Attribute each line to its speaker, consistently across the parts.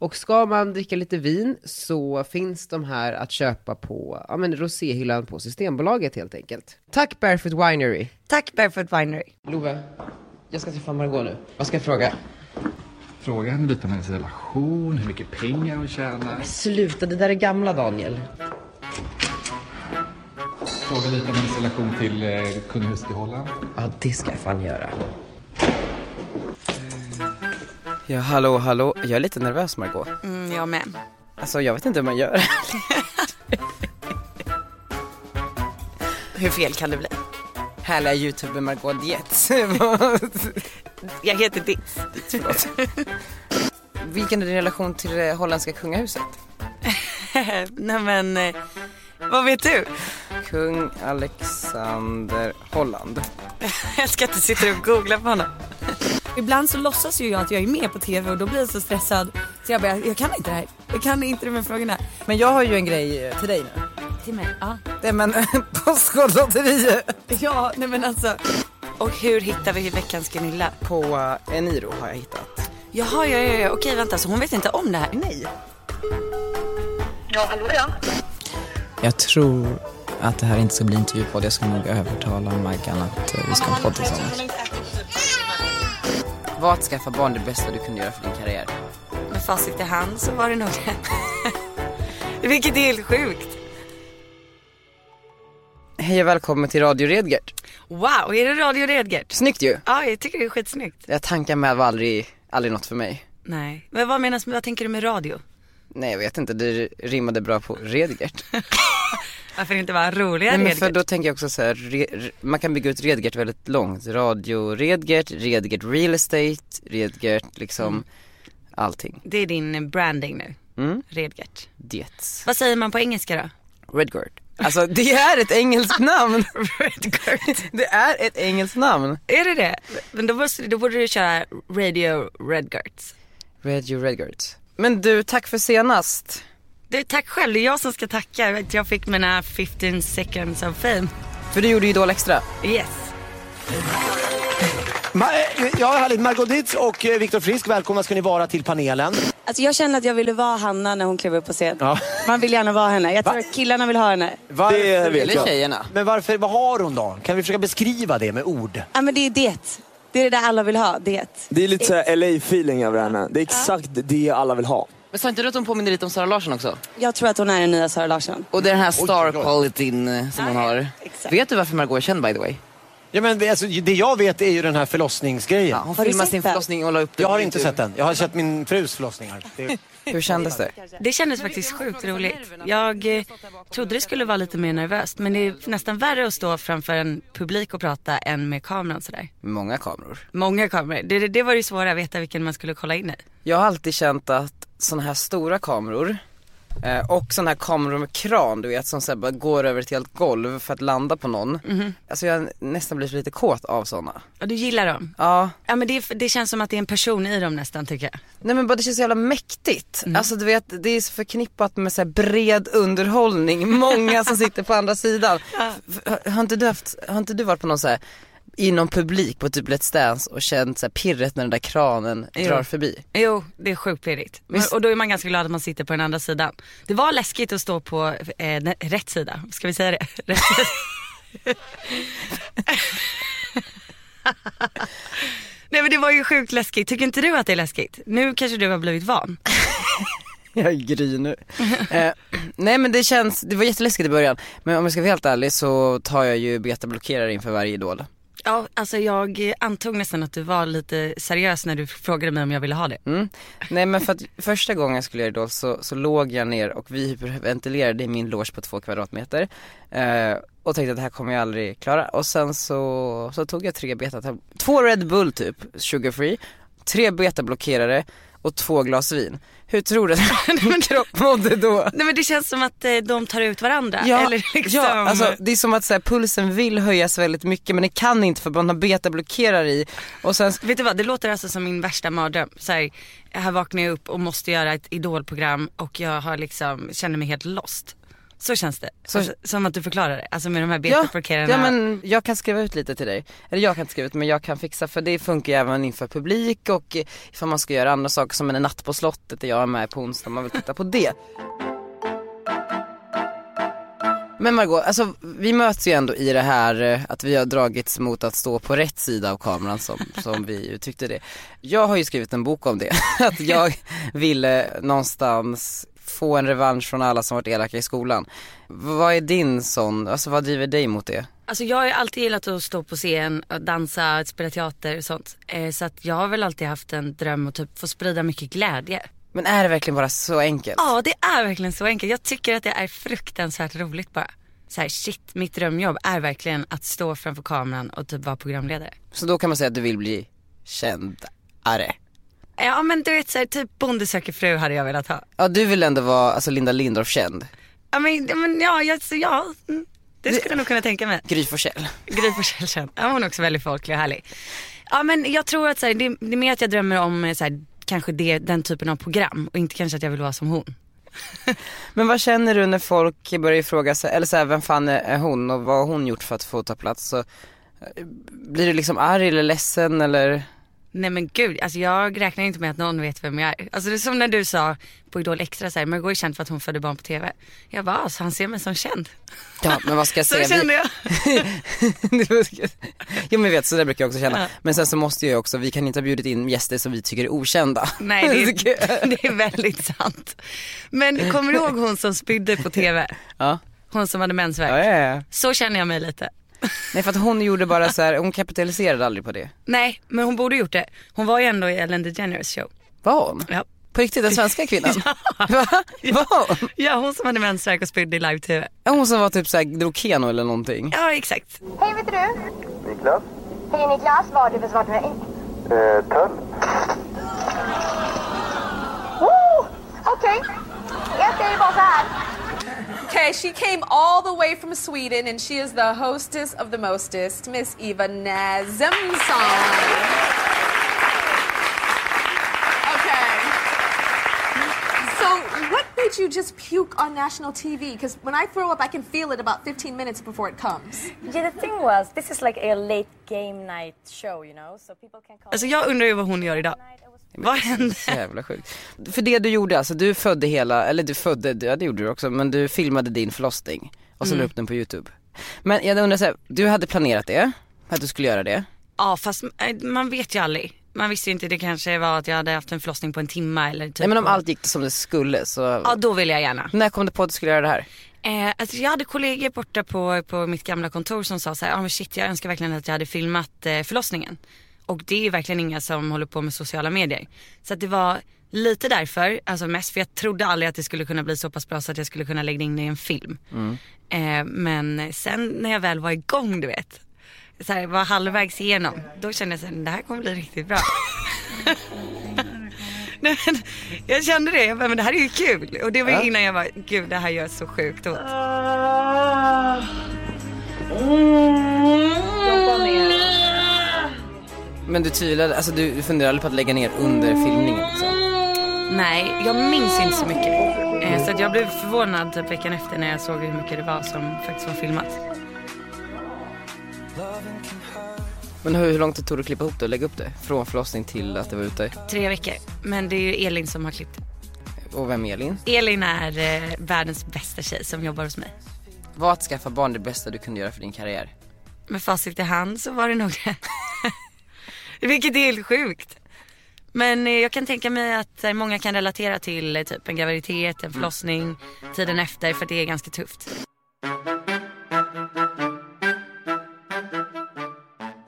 Speaker 1: Och ska man dricka lite vin så finns de här att köpa på ja, men roséhyllan på Systembolaget helt enkelt. Tack Barefoot Winery!
Speaker 2: Tack Barefoot Winery.
Speaker 1: Love, jag ska träffa Margot nu. Vad ska jag fråga?
Speaker 3: Fråga henne lite om hennes relation, hur mycket pengar hon tjänar.
Speaker 1: Sluta, det där är gamla Daniel.
Speaker 3: Fråga lite om hennes relation till eh, kungahuset i Holland.
Speaker 1: Ja, det ska jag fan göra. Ja, hallå, hallå. Jag är lite nervös Margot.
Speaker 2: Mm, jag med.
Speaker 1: Alltså, jag vet inte hur man gör.
Speaker 2: Hur fel kan det bli?
Speaker 1: Härliga youtuber Margot Dietz.
Speaker 2: Jag heter Ditt.
Speaker 1: Vilken är din relation till det holländska kungahuset?
Speaker 2: Nej men, eh, vad vet du?
Speaker 1: Kung Alexander Holland.
Speaker 2: Jag älskar att du sitter och googlar på honom.
Speaker 4: Ibland så låtsas ju jag att jag är med på TV och då blir jag så stressad så jag bara, jag kan inte det här. Jag kan inte de här frågorna.
Speaker 5: Men jag har ju en grej eh, till dig nu.
Speaker 4: Till mig? Ja.
Speaker 5: Nej men Postkodlotteriet.
Speaker 4: Ja, nej men alltså.
Speaker 2: Och hur hittar vi veckans Gunilla?
Speaker 1: På eh, Eniro har jag hittat.
Speaker 2: Jaha, ja, ja, ja. okej vänta, så hon vet inte om det här?
Speaker 1: Nej.
Speaker 6: Ja, hallå ja.
Speaker 5: Jag tror att det här inte ska bli en intervjupodd. Jag ska nog övertala Maggan att eh, vi ska ha en podd tillsammans.
Speaker 1: Var att skaffa barn det bästa du kunde göra för din karriär?
Speaker 2: Med facit i hand så var det nog det. Vilket är helt sjukt.
Speaker 1: Hej och välkommen till Radio Redgert.
Speaker 2: Wow, är det Radio Redgert?
Speaker 1: Snyggt ju.
Speaker 2: Ja, jag tycker det är skitsnyggt.
Speaker 1: Jag tankar med var aldrig, aldrig något för mig.
Speaker 2: Nej, men vad menas med, vad tänker du med radio?
Speaker 1: Nej jag vet inte, det rimmade bra på Redgert.
Speaker 2: Varför inte bara roliga
Speaker 1: Nej, men
Speaker 2: Redgert?
Speaker 1: för då tänker jag också så här, re, re- man kan bygga ut Redgert väldigt långt. Radio Redgert, Redgert Real Estate, Redgert liksom allting.
Speaker 2: Det är din branding nu.
Speaker 1: Mm.
Speaker 2: Redgert.
Speaker 1: Diets.
Speaker 2: Vad säger man på engelska då?
Speaker 1: Redgert. Alltså det är ett engelskt namn. Redgert. Det är ett engelskt namn.
Speaker 2: Är det det? Men då, måste, då borde du köra Radio Redgert.
Speaker 1: Radio Redgert. Men du, tack för senast.
Speaker 2: Du, tack själv, det är jag som ska tacka. Vet, Jag fick mina 15 seconds of fame.
Speaker 1: För du gjorde ju Idol Extra.
Speaker 2: Yes.
Speaker 7: Ma- eh, ja, härligt. Margot Dietz och eh, Viktor Frisk, välkomna ska ni vara till panelen.
Speaker 8: Alltså jag kände att jag ville vara Hanna när hon klev upp på scen.
Speaker 7: Ja.
Speaker 8: Man vill gärna vara henne. Jag tror att killarna vill ha henne.
Speaker 7: Varför, det
Speaker 1: Eller tjejerna.
Speaker 7: Men varför, vad har hon då? Kan vi försöka beskriva det med ord?
Speaker 8: Ja men det är det. Det är det där alla vill ha. Det.
Speaker 9: Det är lite såhär LA-feeling över henne. Det är exakt det alla vill ha.
Speaker 5: Men sa inte du att de påminner lite om Sara Larsson också?
Speaker 8: Jag tror att hon är den nya Sara Larsson.
Speaker 5: Och det är den här star qualityn eh, som hon har.
Speaker 8: exakt.
Speaker 5: Vet du varför Margot är känd by the way?
Speaker 7: Ja, men, alltså, det jag vet är ju den här förlossningsgrejen.
Speaker 5: Hon
Speaker 8: Har du
Speaker 5: filmade
Speaker 8: sett
Speaker 5: sin
Speaker 8: den?
Speaker 5: förlossning och la upp den
Speaker 7: Jag
Speaker 5: på
Speaker 7: har inte
Speaker 5: YouTube.
Speaker 7: sett den. Jag har sett min frus förlossningar. Det,
Speaker 1: Hur kändes det?
Speaker 2: Det kändes faktiskt sjukt roligt. Jag eh, trodde det skulle vara lite mer nervöst men det är nästan värre att stå framför en publik och prata än med kameran sådär.
Speaker 1: Många kameror.
Speaker 2: Många kameror. Det, det, det var ju svåra att veta vilken man skulle kolla in i.
Speaker 1: Jag har alltid känt att sådana här stora kameror eh, och sådana här kameror med kran du vet som så här bara går över ett helt golv för att landa på någon. Alltså jag har nästan blivit lite kåt av sådana.
Speaker 2: Och du gillar dem?
Speaker 1: Ja,
Speaker 2: Ja men det, är- det känns som att det är en person i dem nästan tycker jag.
Speaker 1: nej men bara det känns så jävla mäktigt. Alltså du vet det är så förknippat med så här bred underhållning, många som sitter på andra sidan. F- f- Har inte du haft, har inte du varit på någon så här i någon publik på typ Let's Dance och känt så här pirret när den där kranen drar förbi?
Speaker 2: Jo, det är sjukt pirrigt. Men,
Speaker 1: Visst.
Speaker 2: och då är man ganska glad att man sitter på den andra sidan. Det var läskigt att stå på eh, den- rätt sida, ska vi säga det? Rätt sida. Nej men det var ju sjukt läskigt. Tycker inte du att det är läskigt? Nu kanske du har blivit van.
Speaker 1: Jag är gry nu. eh, nej men det känns, det var jätteläskigt i början. Men om jag ska vara helt ärlig så tar jag ju betablockerare inför varje idol.
Speaker 2: Ja, alltså jag eh, antog nästan att du var lite seriös när du frågade mig om jag ville ha det.
Speaker 1: Mm. Nej men för att första gången jag skulle göra idol så, så låg jag ner och vi hyperventilerade i min loge på två kvadratmeter. Eh, och tänkte att det här kommer jag aldrig klara. Och sen så, så tog jag tre beta, två Red Bull typ, sugar free, tre betablockerare och två glas vin. Hur tror du att min kropp mådde då?
Speaker 2: Nej men det känns som att eh, de tar ut varandra.
Speaker 1: Ja,
Speaker 2: Eller liksom...
Speaker 1: ja alltså, det är som att så här, pulsen vill höjas väldigt mycket men det kan inte för man har betablockerare i. Och sen,
Speaker 2: Vet du vad, det låter alltså som min värsta mardröm. Så här, här vaknar jag upp och måste göra ett idolprogram och jag har liksom, känner mig helt lost. Så känns det. Alltså, som att du förklarar det. Alltså med de här
Speaker 1: ja,
Speaker 2: betablockerarna.
Speaker 1: ja, men jag kan skriva ut lite till dig. Eller jag kan inte skriva ut men jag kan fixa för det funkar ju även inför publik och eh, ifall man ska göra andra saker som en natt på slottet där jag är med på onsdag om man vill titta på det. Men Margot, alltså, vi möts ju ändå i det här eh, att vi har dragits mot att stå på rätt sida av kameran som, som vi uttryckte det. Jag har ju skrivit en bok om det, att jag ville någonstans få en revansch från alla som varit elaka i skolan. Vad är din sån, alltså vad driver dig mot det?
Speaker 2: Alltså jag har ju alltid gillat att stå på scen, och dansa, spela teater och sånt. Eh, så att jag har väl alltid haft en dröm att typ få sprida mycket glädje.
Speaker 1: Men är det verkligen bara så enkelt?
Speaker 2: Ja, det är verkligen så enkelt. Jag tycker att det är fruktansvärt roligt bara. Så här, shit, mitt drömjobb är verkligen att stå framför kameran och typ vara programledare.
Speaker 1: Så då kan man säga att du vill bli kändare.
Speaker 2: Ja men du vet så här, typ Bonde söker fru hade jag velat ha.
Speaker 1: Ja du vill ändå vara alltså Linda Lindorff känd,
Speaker 2: Ja men, ja, men ja, jag, så, ja mm, det skulle jag nog kunna tänka mig.
Speaker 1: Gry Forssell.
Speaker 2: Gry Forssell känd. Ja, hon är också väldigt folklig och härlig. Ja men jag tror att så här, det, det är mer att jag drömmer om eh, så här, kanske det, den typen av program och inte kanske att jag vill vara som hon.
Speaker 1: Men vad känner du när folk börjar fråga sig, eller så här, vem fan är hon och vad har hon gjort för att få ta plats? Så, eh, blir du liksom arg eller ledsen eller?
Speaker 2: Nej men gud, alltså jag räknar inte med att någon vet vem jag är. Alltså det är som när du sa på Idol Extra så här, Margot är känd för att hon födde barn på TV. Jag bara, alltså han ser mig som känd.
Speaker 1: Ja men vad ska jag
Speaker 2: Så
Speaker 1: säga?
Speaker 2: kände jag.
Speaker 1: Det var- jo men jag vet, så där brukar jag också känna. Men sen så måste jag ju också, vi kan inte ha bjudit in gäster som vi tycker är okända.
Speaker 2: Nej det är, det är väldigt sant. Men kommer du ihåg hon som spydde på TV?
Speaker 1: Ja.
Speaker 2: Hon som hade mensvärk.
Speaker 1: Ja, ja, ja.
Speaker 2: Så känner jag mig lite.
Speaker 1: Nej för att hon gjorde bara så här, hon kapitaliserade aldrig på det.
Speaker 2: Nej, men hon borde gjort det. Hon var ju ändå i Ellen DeGeneres show.
Speaker 1: Var hon?
Speaker 2: Ja.
Speaker 1: På riktigt, den svenska kvinnan? Va? Var hon?
Speaker 2: Ja, hon som hade mensvärk och spydde i live-tv.
Speaker 1: Ja, Hon som var typ såhär, drog Keno eller någonting.
Speaker 2: Ja, exakt.
Speaker 10: Hej, vet du?
Speaker 9: Niklas?
Speaker 10: Hej Niklas, vad har du för svart mig?
Speaker 9: Eh, Töll?
Speaker 10: Oh, Okej, jag säger bara så här. Okay, she came all the way from Sweden and she is the hostess of the mostest, Miss Eva Nazimson. Okay. So, what made you just puke on national TV? Because when I throw up, I can feel it about 15 minutes before it comes.
Speaker 6: Yeah, the thing was, this is like a late game night show, you know, so people can call.
Speaker 2: Alltså jag undrar ju vad hon gör idag. Vad hände?
Speaker 1: Så jävla sjukt. För det du gjorde alltså, du födde hela, eller du födde, ja det gjorde du också, men du filmade din förlossning och så la upp den på youtube. Men jag undrar såhär, du hade planerat det, att du skulle göra det.
Speaker 2: Ja, fast eh, man vet ju aldrig. Man visste ju inte, det kanske var att jag hade haft en förlossning på en timme eller typ.
Speaker 1: Nej men om allt gick som det skulle så,
Speaker 2: Ja, då vill jag gärna.
Speaker 1: när kom du på att du skulle göra det här?
Speaker 2: Eh, alltså jag hade kollegor borta på, på mitt gamla kontor som sa så här, ah, men shit jag önskar verkligen att jag hade filmat eh, förlossningen. Och det är ju verkligen inga som håller på med sociala medier. Så att det var lite därför, alltså mest för jag trodde aldrig att det skulle kunna bli så pass bra så att jag skulle kunna lägga in det i en film. Eh, men sen när jag väl var igång du vet, så här, var halvvägs igenom, då kände jag så här, det här kommer bli riktigt bra. Nej, men jag kände det, jag bara, men det här är ju kul. Och det var ju innan jag var gud det här gör så sjukt ont.
Speaker 1: Men du tvivlade, alltså du funderade aldrig på att lägga ner under filmningen liksom.
Speaker 2: Nej, jag minns inte så mycket. Eh, Så att jag blev förvånad typ veckan efter när jag såg hur mycket det var som faktiskt var filmat.
Speaker 1: Men hur, hur lång tid tog det att klippa ihop det och lägga upp det? Från förlossning till att det var ute.
Speaker 2: Tre veckor. Men det är ju Elin som har klippt.
Speaker 1: Och vem är Elin?
Speaker 2: Elin är eh, världens bästa tjej som jobbar hos mig.
Speaker 1: Var att skaffa barn det bästa du kunde göra för din karriär?
Speaker 2: Med facit i hand så var det nog det. Vilket är helt sjukt. Men eh, jag kan tänka mig att eh, många kan relatera till eh, typ en graviditet, en förlossning, tiden efter för det är ganska tufft.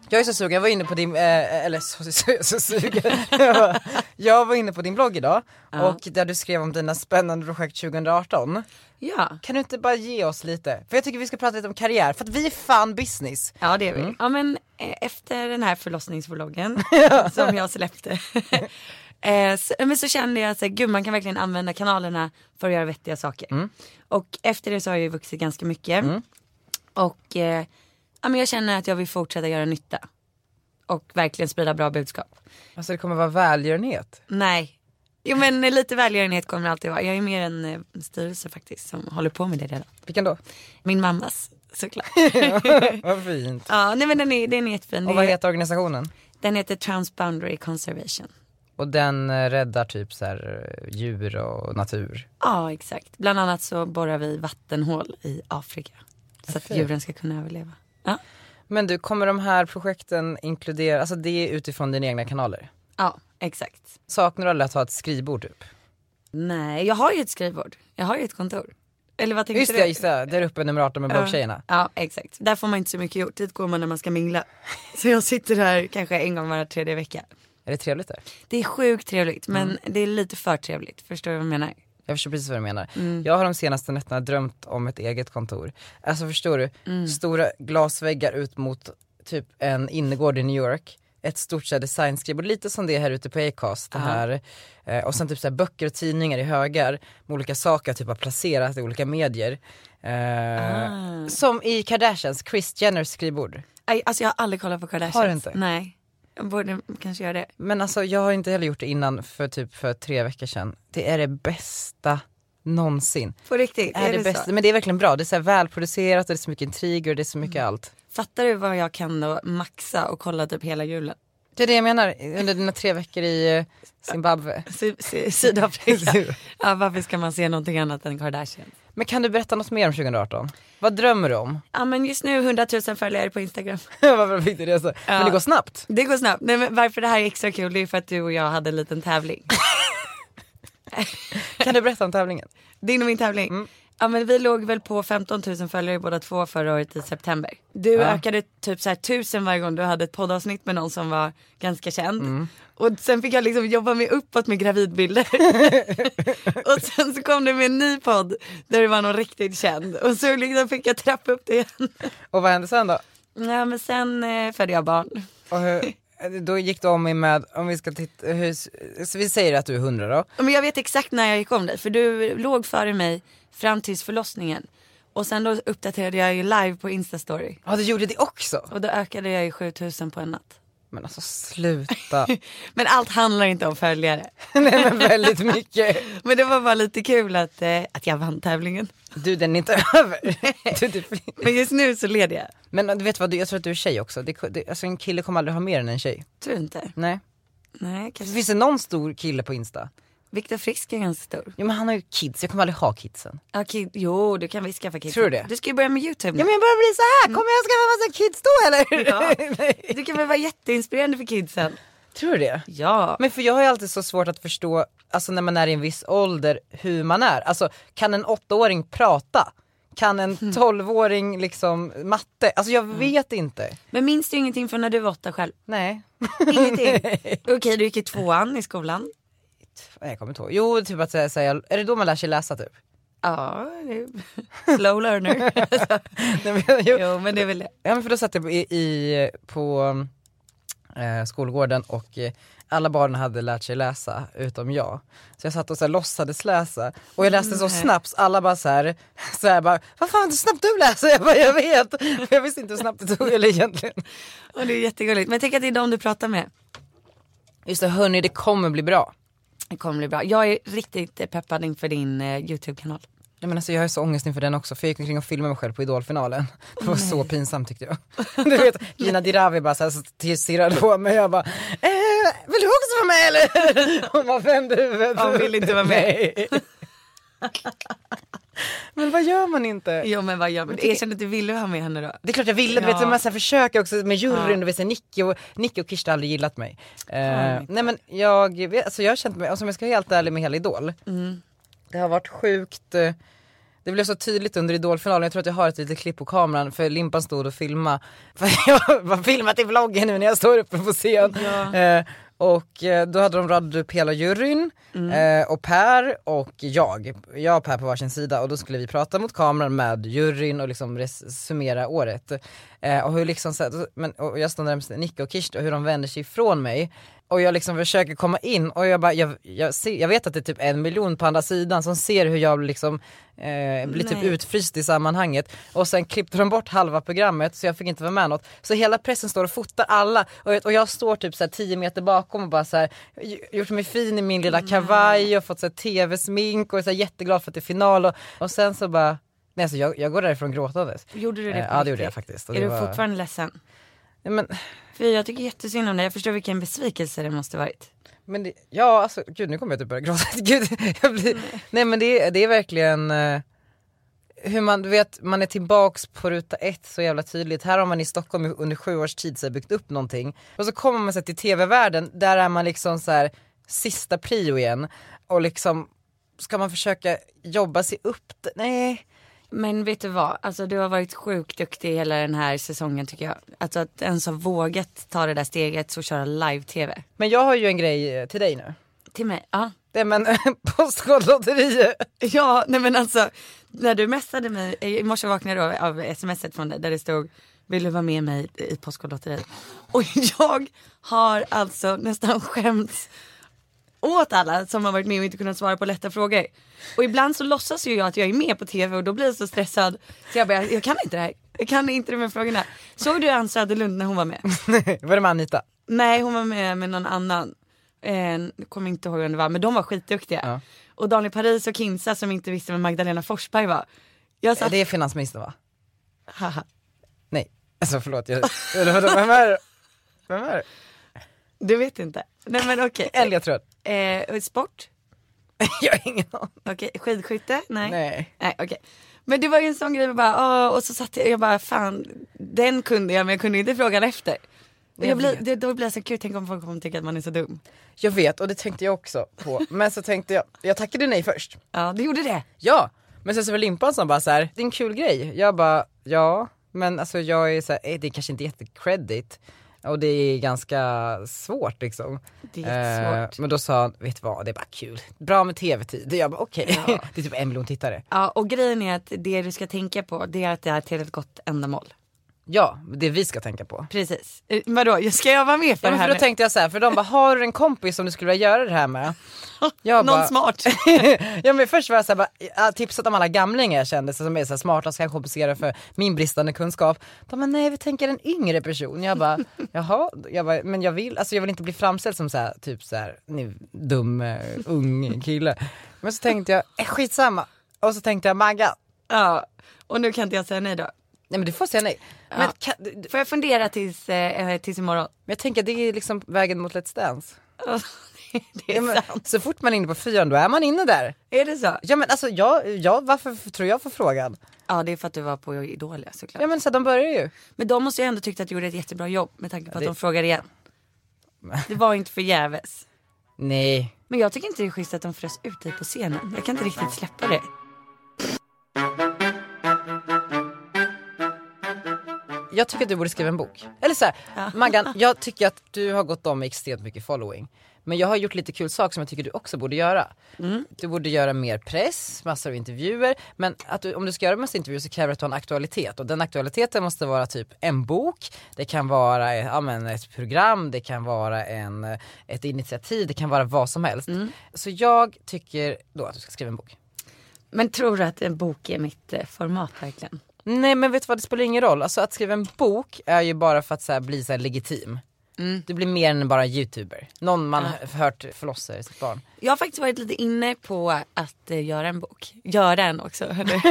Speaker 1: Jag är så sugen, jag var inne på din, eh, eller så, så, jag är så sugen. Jag var- jag var inne på din blogg idag och där du skrev om dina spännande projekt 2018.
Speaker 4: Ja.
Speaker 1: Kan du inte bara ge oss lite? För jag tycker vi ska prata lite om karriär, för att vi är fan business.
Speaker 4: Ja det är vi.
Speaker 1: Mm.
Speaker 4: Ja men eh, efter den här förlossningsvloggen som jag släppte
Speaker 2: Eh, så, men så kände jag att gud man kan verkligen använda kanalerna för att göra vettiga saker.
Speaker 1: Mm.
Speaker 2: Och efter det så har jag ju vuxit ganska mycket. Och eh, ja, men jag känner att jag vill fortsätta göra nytta. Och verkligen sprida bra budskap.
Speaker 1: Alltså det kommer vara välgörenhet.
Speaker 2: Nej. Jo men lite välgörenhet kommer det alltid vara. Jag är mer en eh, styrelse faktiskt som håller på med det redan.
Speaker 1: Vilken då?
Speaker 2: Min mammas såklart.
Speaker 1: Vad fint.
Speaker 2: ja nej men den är, den är jättefin.
Speaker 1: Och vad heter organisationen?
Speaker 2: Den heter Transboundary Conservation.
Speaker 1: Och den eh, räddar typ så här eh, djur och natur.
Speaker 2: Ja exakt. Bland annat så borrar vi vattenhål i Afrika. Så att djuren ska kunna överleva. Ja.
Speaker 1: Men du, kommer de här projekten inkludera, alltså det är utifrån dina egna kanaler?
Speaker 2: ja exakt.
Speaker 1: Saknar du aldrig att ha ett skrivbord typ?
Speaker 2: Nej jag har ju ett skrivbord. Jag har ju ett kontor. Eller vad tänkte
Speaker 1: Just
Speaker 2: du?
Speaker 1: det, just det. Där uppe nummer 18 med blogg-tjejerna.
Speaker 2: Ja exakt. Där får man inte så mycket gjort. Dit går man när man ska mingla. Så jag sitter här kanske en gång var tredje vecka.
Speaker 1: Är det trevligt där?
Speaker 2: Det är sjukt trevligt
Speaker 1: Mm.
Speaker 2: men det är lite för trevligt. Förstår du vad jag menar?
Speaker 1: Jag förstår precis vad du menar. Jag har de senaste nätterna drömt om ett eget kontor. Alltså förstår du, stora glasväggar ut mot typ en innergård i New York. Ett stort så här designskriv, lite som det är här ute på Acast. Det här. Eh, och sen typ så här böcker och tidningar i högar med olika saker jag typ har placerat i olika medier. Eh, Som i Kardashians, Kris Jenners skrivbord.
Speaker 2: Aj, Alltså jag har aldrig kollat på Kardashians.
Speaker 1: Har du inte?
Speaker 2: Nej. Jag borde kanske göra det.
Speaker 1: Men alltså jag har inte heller gjort det innan för typ för tre veckor sedan. Det är det bästa någonsin.
Speaker 2: På riktigt?
Speaker 1: är, det bästa,
Speaker 2: så?
Speaker 1: men det är verkligen bra. Det är så här välproducerat och det är så mycket intriger och det är så mycket allt.
Speaker 2: Fattar du vad jag kan då maxa och kolla typ hela julen?
Speaker 1: Det är det jag menar, under dina tre veckor i eh, Zimbabwe.
Speaker 2: Sy- sy- Sydafrika. ja, varför ska man se någonting annat än Kardashian?
Speaker 1: Men kan du berätta något mer om 2018? Vad drömmer du om?
Speaker 2: Ja men just nu 100 000 följare på Instagram.
Speaker 1: Varför fick du det så? Alltså, Men det går snabbt.
Speaker 2: Det går snabbt. Nej, men varför det här är extra kul det är för att du och jag hade en liten tävling.
Speaker 1: Kan du berätta om tävlingen?
Speaker 2: Din och min tävling. Ja men vi låg väl på 15 000 följare båda två förra året i september. Du ökade typ så här 1000 varje gång du hade ett poddavsnitt med någon som var ganska känd. Och sen fick jag liksom jobba mig uppåt med gravidbilder. och sen så kom du med en ny podd där du var någon riktigt känd. Och så liksom fick jag trappa upp det igen.
Speaker 1: Och vad hände sen då?
Speaker 2: Ja men sen eh, födde jag barn.
Speaker 1: Och hur, då gick du om mig med, om vi ska titta, hur, så vi säger att du är 100 då.
Speaker 2: Ja, Men jag vet exakt när jag gick om dig för du låg före mig fram tills förlossningen. Och sen då uppdaterade jag ju live på Instastory.
Speaker 1: Ja du gjorde det också?
Speaker 2: Och då ökade jag ju 7000 på en natt.
Speaker 1: Men alltså sluta.
Speaker 2: Men allt handlar inte om följare.
Speaker 1: Nej men väldigt mycket.
Speaker 2: Men det var bara lite kul att, eh, att jag vann tävlingen.
Speaker 1: Du den är inte över. Du, du,
Speaker 2: Men just nu så leder jag.
Speaker 1: men äh, du vet vad, du- jag tror att du är tjej också. Det, det, alltså en kille kommer aldrig ha mer än en tjej.
Speaker 2: Tror du inte?
Speaker 1: Nej.
Speaker 2: Nej, kanske.
Speaker 1: Finns det någon stor kille på Insta?
Speaker 2: Viktor Frisk är ganska stor.
Speaker 1: Jo men han har ju kids, jag kommer aldrig ha kidsen.
Speaker 2: Okej, jo du kan visst skaffa kids.
Speaker 1: Tror du det?
Speaker 2: Du ska ju börja med YouTube nu.
Speaker 1: Ja men jag börjar bli så här. kommer jag skaffa massa kids då eller? Nej.
Speaker 2: Du kan väl vara jätteinspirerande för kidsen?
Speaker 1: Tror du det?
Speaker 2: Ja.
Speaker 1: Men för jag har ju alltid så svårt att förstå, alltså när man är i en viss ålder, hur man är. Alltså kan en åttaåring prata? Kan en tolvåring liksom matte? Alltså jag vet inte.
Speaker 2: Men minns du ingenting från när du var åtta själv?
Speaker 1: Nej.
Speaker 2: Ingenting? Okej, du gick i tvåan i skolan.
Speaker 1: Nej, Jag kommer inte ihåg. Jo typ att säga, säga, är det då man lär sig läsa typ?
Speaker 2: Ja, det- slow learner.
Speaker 1: Nej, men, jo.
Speaker 2: jo men det är väl det.
Speaker 1: Ja men för då satt jag i, i, på eh, skolgården och eh, alla barnen hade lärt sig läsa utom jag. Så jag satt och så här, låtsades läsa och jag läste så snabbt så alla bara så här, så här bara, vad fan hur snabbt du läser? Jag bara, jag vet. För jag visste inte hur snabbt det tog eller egentligen.
Speaker 2: Och det är jättegulligt. Men tänk att det är de du pratar med.
Speaker 1: Just det hörni det kommer bli bra.
Speaker 2: Det kommer bli bra. Jag är riktigt eh, peppad inför din eh, YouTube-kanal.
Speaker 1: Nej, men alltså, jag har så ångest inför den också för jag gick omkring och filmade mig själv på idolfinalen. Det var så pinsamt tyckte jag. Du vet Gina Dirawi bara så här så stirrade på mig jag bara eh, vill du också vara med eller? Hon bara vände huvudet.
Speaker 2: Hon vill inte vara med.
Speaker 1: Nej. men vad gör man inte?
Speaker 2: Jo men vad gör man? Erkänn att du ville ha med henne då.
Speaker 1: Det är klart jag ville, du vet
Speaker 2: Ja.
Speaker 1: man så här försöker också med juryn, du vet så här, Nicky och, Nicky och Kirsta har aldrig gillat mig. Eh, nej men jag, vet- alltså jag har känt mig, alltså om jag ska vara helt ärlig med hela Idol.
Speaker 2: Mm.
Speaker 1: Det har varit sjukt, eh, det blev så tydligt under Idolfinalen, jag tror att jag har ett litet klipp på kameran för Limpan stod och filmade, för jag har filmat i vloggen nu när jag står uppe på scen. Eh, och eh, då hade de radat upp hela juryn eh, och Per och jag, jag och Per på varsin sida och då skulle vi prata mot kameran med juryn och liksom res- summera året. Eh, och hur liksom, så här, men, och jag stod närmast Nicke och Kirst och hur de vänder sig ifrån mig och jag liksom försöker komma in och jag bara, jag, jag, ser, jag vet att det är typ en miljon på andra sidan som ser hur jag liksom eh, blir typ
Speaker 4: Nej.
Speaker 1: utfryst i sammanhanget och sen klippte de bort halva programmet så jag fick inte vara med något. Så hela pressen står och fotar alla och, jag- och jag står typ såhär 10 meter bakom och bara såhär gjort mig fin i min lilla kavaj och fått såhär tv-smink och såhär jätteglad för att det är final och, och sen så bara, nej alltså jag, jag går därifrån gråtandes.
Speaker 2: Gjorde du det
Speaker 1: Eh,
Speaker 2: på
Speaker 1: Ja det gjorde
Speaker 2: riktigt?
Speaker 1: jag faktiskt. Och
Speaker 2: Är
Speaker 1: det
Speaker 2: du
Speaker 1: var-
Speaker 2: fortfarande ledsen?
Speaker 1: Nej, men,
Speaker 2: För jag tycker jättesynd om dig, jag förstår vilken besvikelse det måste varit.
Speaker 1: Men det, ja alltså gud nu kommer jag typ börja gråta. Gud, jag blir, nej men det, är- det är verkligen eh, hur man, du vet man är tillbaks på ruta ett så jävla tydligt. Här har man i Stockholm i- under sju års tid så här, byggt upp någonting. Och så kommer man sig till tv-världen, där är man liksom så här sista prio igen. Och liksom ska man försöka jobba sig upp, det- nej.
Speaker 2: Men vet du vad, alltså du har varit sjukt duktig hela den här säsongen tycker jag. Alltså att ens ha vågat ta det där steget och köra live-tv.
Speaker 1: Men jag har ju en grej eh, till dig nu.
Speaker 2: Till mig, ja.
Speaker 1: Det är men Postkodlotteriet.
Speaker 2: Ja, nej men alltså när du messade mig, eh, i morse vaknade jag då av smset från dig där det stod vill du vara med mig i Postkodlotteriet? Och jag har alltså nästan skämts åt alla som har varit med och inte kunnat svara på lätta frågor. Och ibland så låtsas ju jag att jag är med på tv och då blir jag så stressad så jag bara, jag kan inte det här. Jag kan inte de här frågorna. Såg du Ann Söderlund när hon var med?
Speaker 1: Var det med Anita?
Speaker 2: Nej hon var med med någon annan. Eh, jag kommer inte ihåg vem det var men de var skitduktiga. Och Daniel Paris och Kinsa som inte visste vem Magdalena Forsberg var. Jag
Speaker 1: Eh,
Speaker 2: satt,
Speaker 1: Det är finansministern va?
Speaker 2: haha.
Speaker 1: Nej, alltså förlåt. Jag, eller vadå, vem är det? Vem är det?
Speaker 2: Du vet inte. Nej men okej.
Speaker 1: Elliot tror jag.
Speaker 2: Eh, sport?
Speaker 1: Jag har ingen aning.
Speaker 2: Okej. Skidskytte? Nej.
Speaker 1: Nej.
Speaker 2: Nej okej. Men det var ju en sån grej, jag bara, "Åh", och så satt jag, jag bara fan den kunde jag men jag kunde inte frågan efter. Och jag blir, det, då blir jag så gud tänk om folk kommer tycka att man är så dum.
Speaker 1: Jag vet och det tänkte jag också på. Men så tänkte jag, jag tackade nej först.
Speaker 2: Ja du gjorde det.
Speaker 1: Ja, men sen så var Limpan som bara så här, det är en kul grej. Jag bara, ja, men alltså jag är så här, eh, det är kanske inte jättecredit. Och det är ganska svårt liksom.
Speaker 2: Det är
Speaker 1: Eh,
Speaker 2: svårt.
Speaker 1: men då sa han, vet du vad, det är bara kul. Bra med tv-tid. Jag bara okej, det är typ en miljon tittare.
Speaker 2: Ja och grejen är att det du ska tänka på det är att det är till ett gott ändamål.
Speaker 1: Ja, det vi ska tänka på.
Speaker 2: Precis. Eh, Vadå, ska jag vara med för
Speaker 1: Ja, men
Speaker 2: det
Speaker 1: för
Speaker 2: här
Speaker 1: då
Speaker 2: nu?
Speaker 1: tänkte jag så här, för de bara, har du en kompis som du skulle vilja göra det här med? Jag
Speaker 2: Någon
Speaker 1: bara-
Speaker 2: smart.
Speaker 1: ja men först var jag såhär, jag äh, tipsat om alla gamlingar jag kände som är så här smarta ska kompensera för min bristande kunskap. De bara, nej vi tänker en yngre person. Jag bara, jaha, jag bara, men jag vill, alltså jag vill inte bli framställd som så här, typ så här, ni, dum eh, ung kille. Men så tänkte jag, eh, skitsamma. Och så tänkte jag, Magga,
Speaker 2: Ja. Och nu kan inte jag säga nej då.
Speaker 1: nej men du får säga nej. Men,
Speaker 2: Ja.
Speaker 1: kan, men
Speaker 2: Får jag fundera tills, eh, tills imorgon?
Speaker 1: jag tänker det är liksom vägen mot Let's Dance.
Speaker 2: det är
Speaker 1: Ja, men,
Speaker 2: sant.
Speaker 1: så fort man är inne på fyran då är man inne där.
Speaker 2: Är det så?
Speaker 1: Ja men alltså jag, jag varför tror jag får frågan?
Speaker 2: Ja det är för att du var på Idol ja, såklart.
Speaker 1: Ja men så här, de börjar ju.
Speaker 2: Men de måste ju ändå tyckt att du gjorde ett jättebra jobb med tanke på att
Speaker 1: det-
Speaker 2: de frågar igen. Det var inte förgäves.
Speaker 1: Nej,
Speaker 2: Men jag tycker inte det är schysst att de frös ut dig på scenen. Jag kan inte riktigt släppa det.
Speaker 1: jag tycker att du borde skriva en bok. Eller så här, Maggan, jag tycker att du har gått om med extremt mycket following. Men jag har gjort lite kul saker som jag tycker du också borde göra. Du borde göra mer press, massor av intervjuer. Men att du, om du ska göra massa intervjuer så kräver det att du har en aktualitet. Och den aktualiteten måste vara typ en bok, det kan vara eh, ja, men ett program, det kan vara en, eh, ett initiativ, det kan vara vad som helst. Så jag tycker då att du ska skriva en bok.
Speaker 2: Men tror du att en bok är mitt eh, format verkligen?
Speaker 1: Nej men vet du vad, det spelar ingen roll. Alltså att skriva en bok är ju bara för att så här, bli så här, legitim. Du blir mer än bara en youtuber. Någon man har hört förlossar sitt barn.
Speaker 2: Jag har faktiskt varit lite inne på att eh, göra en bok. Göra en också. eller?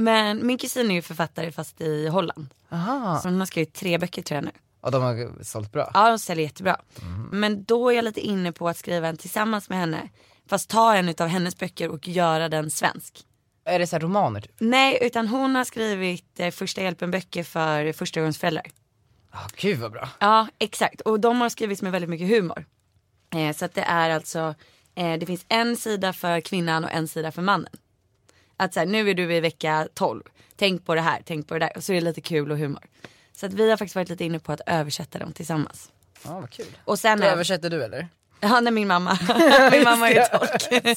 Speaker 2: Men min kusin är ju författare fast i Holland.
Speaker 1: Aha.
Speaker 2: Så hon har skrivit tre böcker tror jag nu.
Speaker 1: Och de har sålt bra.
Speaker 2: Ja de säljer jättebra. Men då är jag lite inne på att skriva en tillsammans med henne. Fast ta en utav hennes böcker och göra den svensk.
Speaker 1: Är det så här romaner typ?
Speaker 2: Nej utan hon har skrivit eh, första hjälpen böcker för förstagångsföräldrar.
Speaker 1: Ja gud vad bra.
Speaker 2: Ja exakt och de har skrivits med väldigt mycket humor. Eh, så att det är alltså, eh, det finns en sida för kvinnan och en sida för mannen. Att så här, nu är du i vecka 12, tänk på det här, tänk på det där och så är det lite kul och humor. Så att vi har faktiskt varit lite inne på att översätta dem tillsammans.
Speaker 1: Ja vad kul.
Speaker 2: Och sen
Speaker 1: Då
Speaker 2: är-
Speaker 1: översätter du eller?
Speaker 2: Ja, nej, min mamma. min mamma är tolk.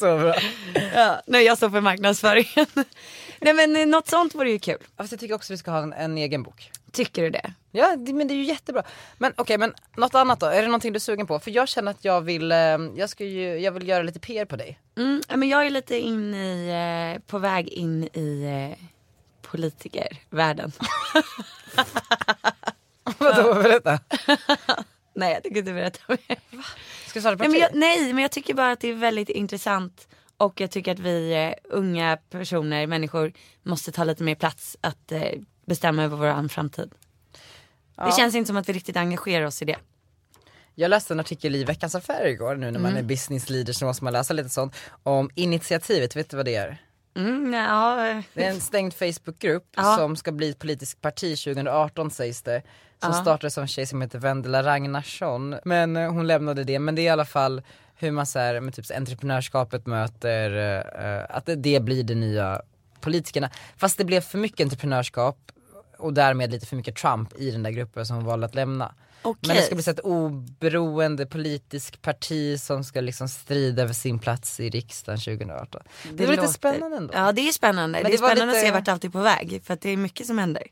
Speaker 1: så bra.
Speaker 2: Ja, nej, jag står för marknadsföringen.
Speaker 4: Nej men eh, något sånt vore ju kul.
Speaker 1: Fast jag tycker också vi ska ha en, en egen bok.
Speaker 4: Tycker du det?
Speaker 1: Ja det, men det är ju jättebra. Men okej men något annat då, är det någonting du är sugen på? För jag känner att jag vill, eh, jag ska ju, jag vill göra lite PR på dig.
Speaker 4: Mm, ja, men jag är lite in i, eh, på väg in i eh, politikervärlden.
Speaker 1: Vadå berätta?
Speaker 4: Nej jag tänker inte berätta mer.
Speaker 1: Ska du starta
Speaker 4: Nej
Speaker 1: parti?
Speaker 4: men, jag, nej men jag tycker bara att det är väldigt intressant och jag tycker att vi eh, unga personer, människor måste ta lite mer plats att eh, bestämma över vår framtid. Det känns inte som att vi riktigt engagerar oss i det.
Speaker 1: Jag läste en artikel i Veckans Affärer igår nu när man är business leader så måste man läsa lite sånt. Om initiativet, vet du vad det är?
Speaker 4: Mm, nej, ja, eh,
Speaker 1: Det är en stängd Facebookgrupp som ska bli ett politiskt parti 2018 sägs det. Som startades av en tjej som heter Vendela Ragnarsson. Men eh, hon lämnade det. Men det är i alla fall hur man säger med typ så entreprenörskapet möter, eh, eh, att det- det blir de nya politikerna. Fast det blev för mycket entreprenörskap och därmed lite för mycket Trump i den där gruppen som hon valde att lämna. Men det
Speaker 4: Okej.
Speaker 1: ska bli så ett oberoende politiskt parti som ska liksom strida för sin plats i riksdagen 2018. Det, är väl lite
Speaker 4: Mm, låter-
Speaker 1: spännande ändå.
Speaker 4: Ja det är spännande.
Speaker 1: Men
Speaker 4: det,
Speaker 1: det
Speaker 4: är
Speaker 1: var
Speaker 4: spännande att
Speaker 1: lite-
Speaker 4: se vart allt är på väg för att det är mycket som händer.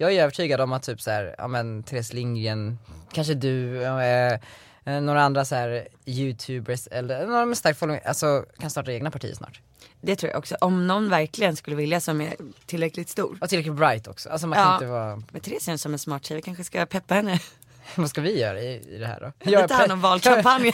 Speaker 1: Jag är övertygad om att typ så här, ja men Therese Lindgren, kanske du, eh, eh, några andra så här youtubers eller några med stark following, alltså kan starta egna partier snart.
Speaker 4: Det tror jag också. Om någon verkligen skulle vilja som är tillräckligt stor.
Speaker 1: Och tillräckligt bright också, alltså man kan
Speaker 4: Ja.
Speaker 1: inte vara,
Speaker 4: Men Therese känns som en smart tjej, vi kanske ska peppa henne.
Speaker 1: vad ska vi göra i, i det här då?
Speaker 4: Jag tar hand om valkampanjen.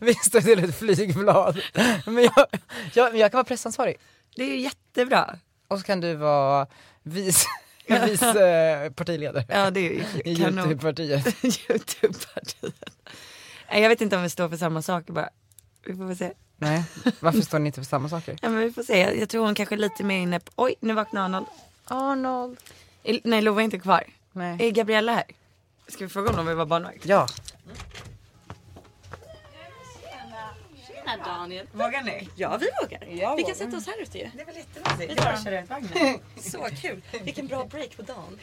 Speaker 1: Vi står till ett flygblad. Men jag, jag, men jag kan vara pressansvarig.
Speaker 4: Det är ju jättebra.
Speaker 1: Och så kan du vara vice, vice eh, partiledare
Speaker 4: Ja det är ju
Speaker 1: i
Speaker 4: kanon.
Speaker 1: youtube-partiet.
Speaker 4: Youtube-partiet. Nej, Jag vet inte om vi står för samma saker bara. Vi får väl se.
Speaker 1: Nej, varför står ni inte på samma saker?
Speaker 4: Ja, men vi får se. Jag, jag tror hon kanske är lite mer inne på... Oj, nu vaknade Arnold.
Speaker 1: Arnold.
Speaker 4: El- Nej, Lova är inte kvar.
Speaker 1: Nej.
Speaker 4: Är Gabriella här? Ska vi fråga honom om vi var barnvakt?
Speaker 1: Ja,
Speaker 4: Vågar ni? Ja, vi vågar. vi kan sätta oss här ute ju. Det är väl jättemysigt. Vi tar och kör ut vagnen. Så kul. Vilken bra break på dagen.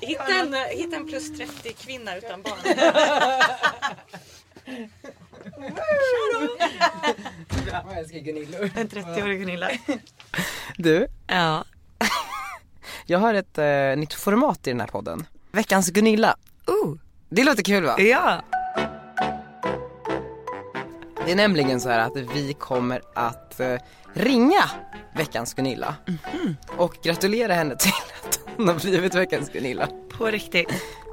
Speaker 4: Hitta en, hitta en plus 30 kvinna utan barn.
Speaker 1: jag älskar Gunillor.
Speaker 4: En 30-årig Gunilla.
Speaker 1: Du,
Speaker 4: Ja.
Speaker 1: jag har ett eh, nytt format i den här podden. Veckans Gunilla.
Speaker 4: Oh.
Speaker 1: Det låter kul va?
Speaker 4: Ja.
Speaker 1: Det är nämligen så här att vi kommer att eh, ringa veckans Gunilla. Och gratulera henne till att hon har blivit veckans Gunilla.
Speaker 2: På riktigt.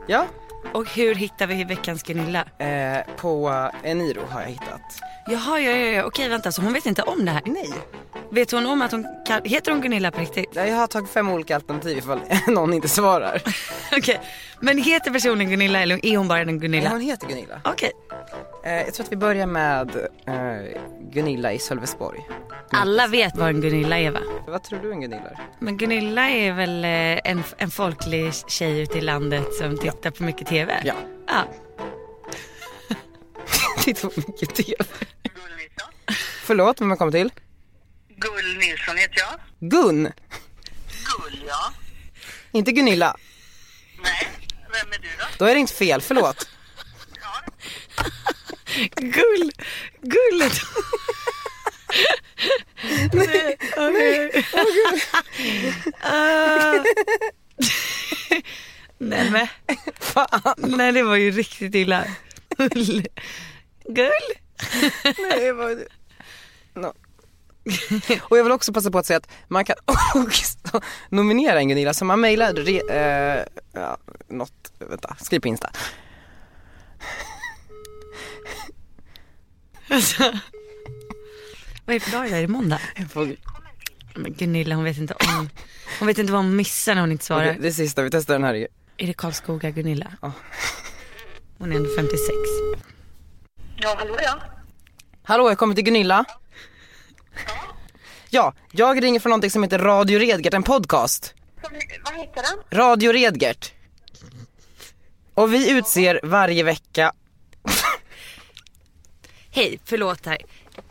Speaker 1: Ja,
Speaker 2: Och hur hittar vi veckans Gunilla?
Speaker 1: eh, på eh, Eniro har jag hittat.
Speaker 2: Jaha, ja, ja, ja. okej vänta så hon vet inte om det här? Nej. Vet hon om att hon kan... heter hon Gunilla på riktigt?
Speaker 1: Jag har tagit fem olika alternativ ifall någon inte svarar.
Speaker 2: okej. Men heter personen Gunilla eller är hon bara en
Speaker 1: Men
Speaker 2: Gunilla?
Speaker 1: Hon heter Gunilla.
Speaker 2: Okej.
Speaker 1: Eh, jag tror att vi börjar med eh, Gunilla i Sölvesborg.
Speaker 2: Alla vet vad en Gunilla är va?
Speaker 1: Vad tror du en Gunilla är?
Speaker 2: Men Gunilla är väl eh, en, en folklig tjej ute i landet som tittar på mycket TV?
Speaker 1: Ja.
Speaker 2: ja.
Speaker 1: Titta på mycket TV. Förlåt, vem har kommit till?
Speaker 11: Gull Nilsson heter jag.
Speaker 1: Gun,
Speaker 11: Gull, ja.
Speaker 1: inte Gunilla.
Speaker 11: Nej, vem är du då?
Speaker 1: Då är det inte fel, förlåt.
Speaker 2: Gull, gullet. nej, nej. nej. nej men. Fan. Nej det var ju riktigt illa. Gull. Gull.
Speaker 1: Nej, vad... no. Och jag vill också passa på att säga att man kan också nominera en Gunilla så man mejlar re- eh, ja, något, vänta, skriv på Insta.
Speaker 2: Alltså. Vad är det för dag idag? Är det måndag? Men Gunilla hon vet inte om. Hon vet inte vad hon missar när hon inte svarar.
Speaker 1: Okej, det sista, vi testar den här.
Speaker 2: Är det Karlskoga Gunilla?
Speaker 1: Ja.
Speaker 2: Hon är ändå 56.
Speaker 11: Ja, hallå ja.
Speaker 1: Hallå, jag kommer till Gunilla. Ja, jag ringer från någonting som heter Radio Redgert, en podcast.
Speaker 11: Som, vad heter den?
Speaker 1: Radio Redgert. Och vi utser varje vecka
Speaker 2: Hej, förlåt här.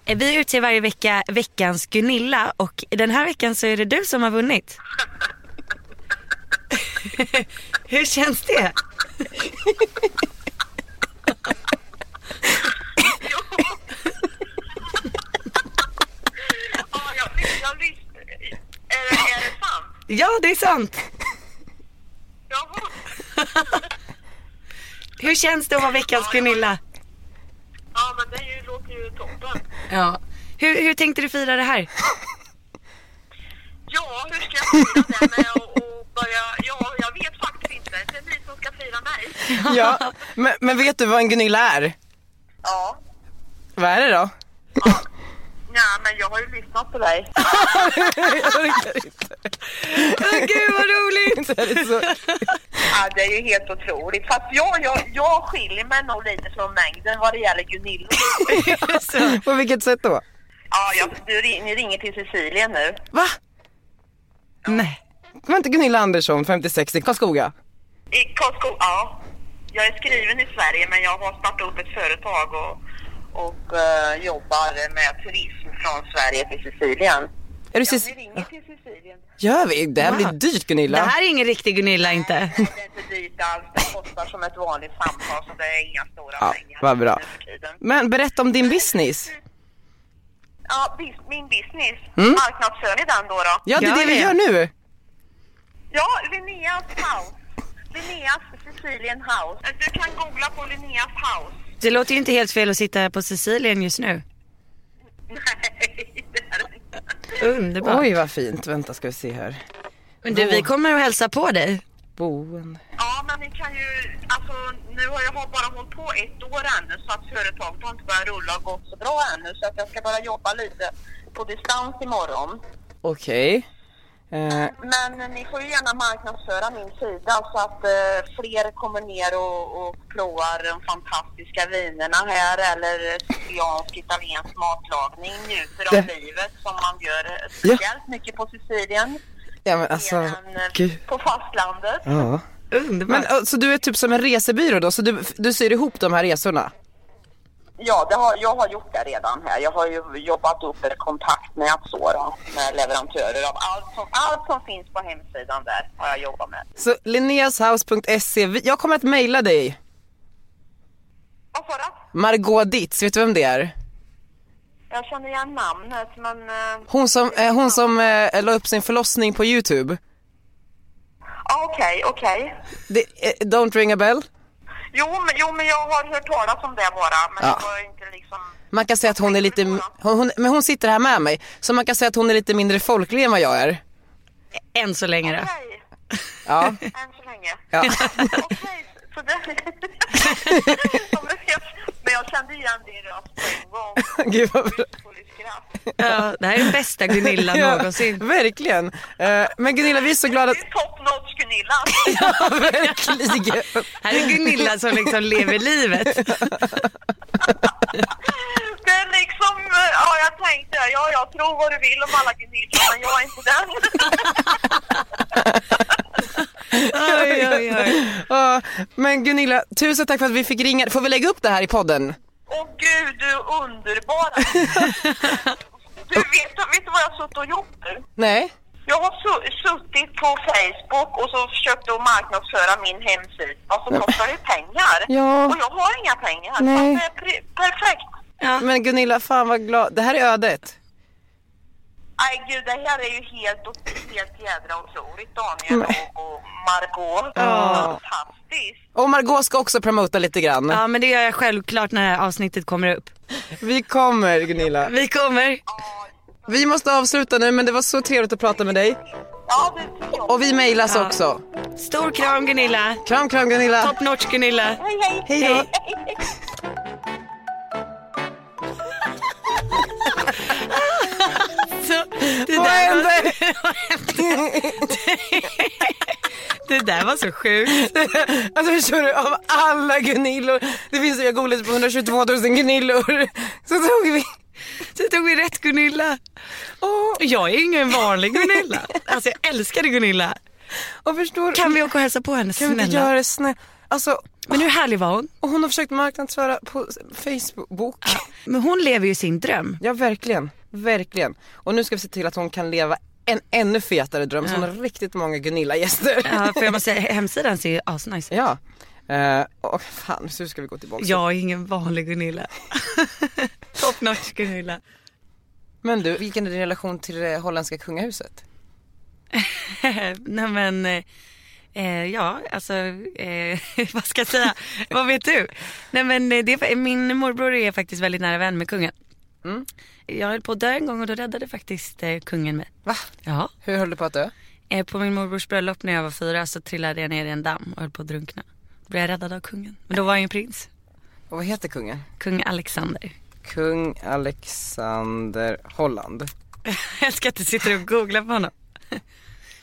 Speaker 2: Eh, Vi utser varje vecka veckans Gunilla och den här veckan så är det du som har vunnit. Hur känns det?
Speaker 11: Ja, jag, jag lyssnar. Är det
Speaker 2: Ja, det är sant. Hur känns det att vara veckans Gunilla?
Speaker 11: Ja, men det är ju- låter ju toppen.
Speaker 2: Ja. Hur, hur tänkte du fira det här?
Speaker 11: Ja, hur ska jag fira det med att och börja... Ja, jag vet faktiskt inte. Det är ni som ska fira mig.
Speaker 1: Ja, men, men vet du vad en Gunilla är?
Speaker 11: Ja.
Speaker 1: Vad är det då?
Speaker 11: Nej, men jag har ju lyssnat på dig.
Speaker 1: jag orkar inte.
Speaker 2: Gud vad roligt!
Speaker 1: Det är så...
Speaker 11: Ja, det är ju helt otroligt. Fast jag, jag, jag skiljer mig nog lite från mängden vad det gäller Gunilla.
Speaker 1: På vilket sätt då?
Speaker 11: Ja, jag, du, ring- ni ringer till Cecilia nu.
Speaker 1: Va? Nej. Det var inte Gunilla Andersson, 56, i Karlskoga?
Speaker 11: I Costco, ja. Jag är skriven i Sverige men jag har startat upp ett företag och, och eh, jobbar med turism från Sverige till Sicilien.
Speaker 1: Är du Cec-
Speaker 11: Ja, vi ringer till Sicilien.
Speaker 1: Gör vi? Det här
Speaker 2: Wow.
Speaker 1: blir dyrt Gunilla.
Speaker 2: Det här är ingen riktig Gunilla inte.
Speaker 11: Det är inte dyrt alls, det kostar som ett vanligt samtal så det är inga stora
Speaker 1: Ja,
Speaker 11: pengar.
Speaker 1: vad bra.
Speaker 11: nu för tiden.
Speaker 1: Men berätta om din business.
Speaker 11: Ja, bis- min business.
Speaker 1: Mm.
Speaker 11: Marknadsför ni den då? då?
Speaker 1: Ja, det är det vi gör nu.
Speaker 11: Ja, Linneas House. Linneas Sicilien House. Du kan googla på Linneas House.
Speaker 2: Det låter ju inte helt fel att sitta här på Sicilien just nu.
Speaker 11: Nej, det är det inte.
Speaker 2: Underbart.
Speaker 1: Oj vad fint. Vänta ska vi se här.
Speaker 2: Men du, vi kommer att hälsa på dig.
Speaker 1: Boende.
Speaker 11: Ja, men ni kan ju... Alltså, nu har jag har bara hållit på ett år ännu så att företaget har inte börjat rulla och gått så bra ännu så att jag ska bara jobba lite på distans imorgon.
Speaker 1: Okej. Eh,
Speaker 11: Men eh, ni får ju gärna marknadsföra min sida så att eh, fler kommer ner och, och provar de fantastiska vinerna här eller eh, siciliansk italiensk matlagning, njuter av
Speaker 1: Det-
Speaker 11: livet som man gör eh, speciellt mycket på Sicilien.
Speaker 1: ja men alltså,
Speaker 11: Men, eh,
Speaker 1: gud.
Speaker 11: På fastlandet.
Speaker 1: Ja. Men eh, så du är typ som en resebyrå då, så du, du syr ihop de här resorna?
Speaker 11: Ja, det har, jag har gjort det redan här. Jag har ju jobbat upp ett kontaktnät så då, med leverantörer av allt som, allt som finns på hemsidan där har jag jobbat med.
Speaker 1: Så linneashouse.se, vi- jag kommer att mejla dig.
Speaker 11: Vad sa du?
Speaker 1: Margot Ditz, vet du vem det är?
Speaker 11: Jag känner igen namnet men... eh,
Speaker 1: Hon som, eh, hon som eh, la upp sin förlossning på YouTube.
Speaker 11: ja, Okej, okej.
Speaker 1: Det, eh, don't ring a bell.
Speaker 11: Jo, men, jo, men jag har hört talas om det bara. Men
Speaker 1: Ja.
Speaker 11: jag har inte liksom...
Speaker 1: Man kan säga att hon är lite, hon, hon, men hon sitter här med mig, så man kan säga att hon är lite mindre folklig än vad jag är.
Speaker 2: Än så länge då.
Speaker 11: Okej,
Speaker 1: Ja.
Speaker 11: än så länge.
Speaker 1: Ja.
Speaker 11: Okej, så det... men jag kände igen din röst på en gång.
Speaker 1: Gud vad bra.
Speaker 2: Ja, det här är den bästa Gunilla någonsin.
Speaker 1: Ja, verkligen. Eh, men Gunilla, vi är så glada att...
Speaker 11: Det är top notch Gunilla.
Speaker 1: Ja, verkligen.
Speaker 2: Här är Gunilla som liksom lever livet.
Speaker 11: Det är liksom... Ja, jag tänkte... Ja, jag tror vad du vill om alla Gunilla, men jag är inte den.
Speaker 2: Oj, oj, oj.
Speaker 1: Ja, men Gunilla, tusen tack för att vi fick ringa. Får vi lägga upp det här i podden?
Speaker 11: Åh gud, du är underbar. Du, vet, du- vet du vad jag har suttit och gjort nu?
Speaker 1: Nej?
Speaker 11: Jag har su- suttit på Facebook och så försökt att marknadsföra min hemsida. Och så kostar det pengar.
Speaker 1: Ja.
Speaker 11: Och jag har inga pengar. Så
Speaker 1: Nej.
Speaker 11: att det är pre- perfekt.
Speaker 1: Men Gunilla, fan vad glad. Det här är ödet.
Speaker 11: Nej gud, det här är ju helt, helt jädra otroligt Daniel och, och Margot. Fantastiskt.
Speaker 1: Och Margot ska också promota lite grann.
Speaker 2: Ja, men det gör jag självklart när det här avsnittet kommer upp.
Speaker 1: Vi kommer Gunilla.
Speaker 2: Vi kommer.
Speaker 1: Vi måste avsluta nu men det var så trevligt att prata med dig.
Speaker 11: Ja, det tycker jag.
Speaker 1: Och vi mejlas också.
Speaker 2: Stor kram Gunilla.
Speaker 1: Kram kram Gunilla.
Speaker 2: Top notch Gunilla.
Speaker 11: Hej, hej.
Speaker 1: Hej då.
Speaker 2: Så, det,
Speaker 1: Vad
Speaker 2: där var,
Speaker 1: hände?
Speaker 2: det där var så sjukt.
Speaker 1: Alltså förstår du, av alla Gunillor, det finns jag googlade på 122 000 Gunillor, så tog vi...
Speaker 2: Så tog vi rätt Gunilla. Och jag är ingen vanlig Gunilla. Alltså jag älskade Gunilla.
Speaker 1: Och förstår
Speaker 2: Kan vi åka och hälsa på henne
Speaker 1: kan vi inte
Speaker 2: snälla?
Speaker 1: göra det snällt? Alltså,
Speaker 2: Men hur härlig var hon?
Speaker 1: och hon har försökt marknadsföra på Facebook.
Speaker 2: Men hon lever ju sin dröm.
Speaker 1: Ja verkligen, verkligen. Och nu ska vi se till att hon kan leva en ännu fetare dröm, så hon har riktigt många Gunilla-gäster.
Speaker 2: Ja, för jag måste säga, hemsidan ser ju asnice ut.
Speaker 1: Ja. Eh, och fan, så ska vi gå tillbaka.
Speaker 2: Jag är ingen vanlig Gunilla. Top notch Gunilla.
Speaker 1: Men du, vilken är din relation till det holländska kungahuset?
Speaker 2: Nej men, eh, eh, ja alltså, eh, vad ska jag säga? vad vet du? Nej men eh, det, är fa- min morbror är faktiskt väldigt nära vän med kungen. Jag höll på att dö en gång och då räddade faktiskt eh, kungen mig. Va? Ja.
Speaker 1: Hur höll du på att dö?
Speaker 2: Eh, på min morbrors bröllop när jag var fyra så trillade jag ner i en damm och höll på att drunkna. Då blev jag räddad av kungen. Men då var han ju prins.
Speaker 1: Och vad heter kungen?
Speaker 2: Kung Alexander.
Speaker 1: Kung Alexander Holland.
Speaker 2: jag ska inte sitta och googla på honom.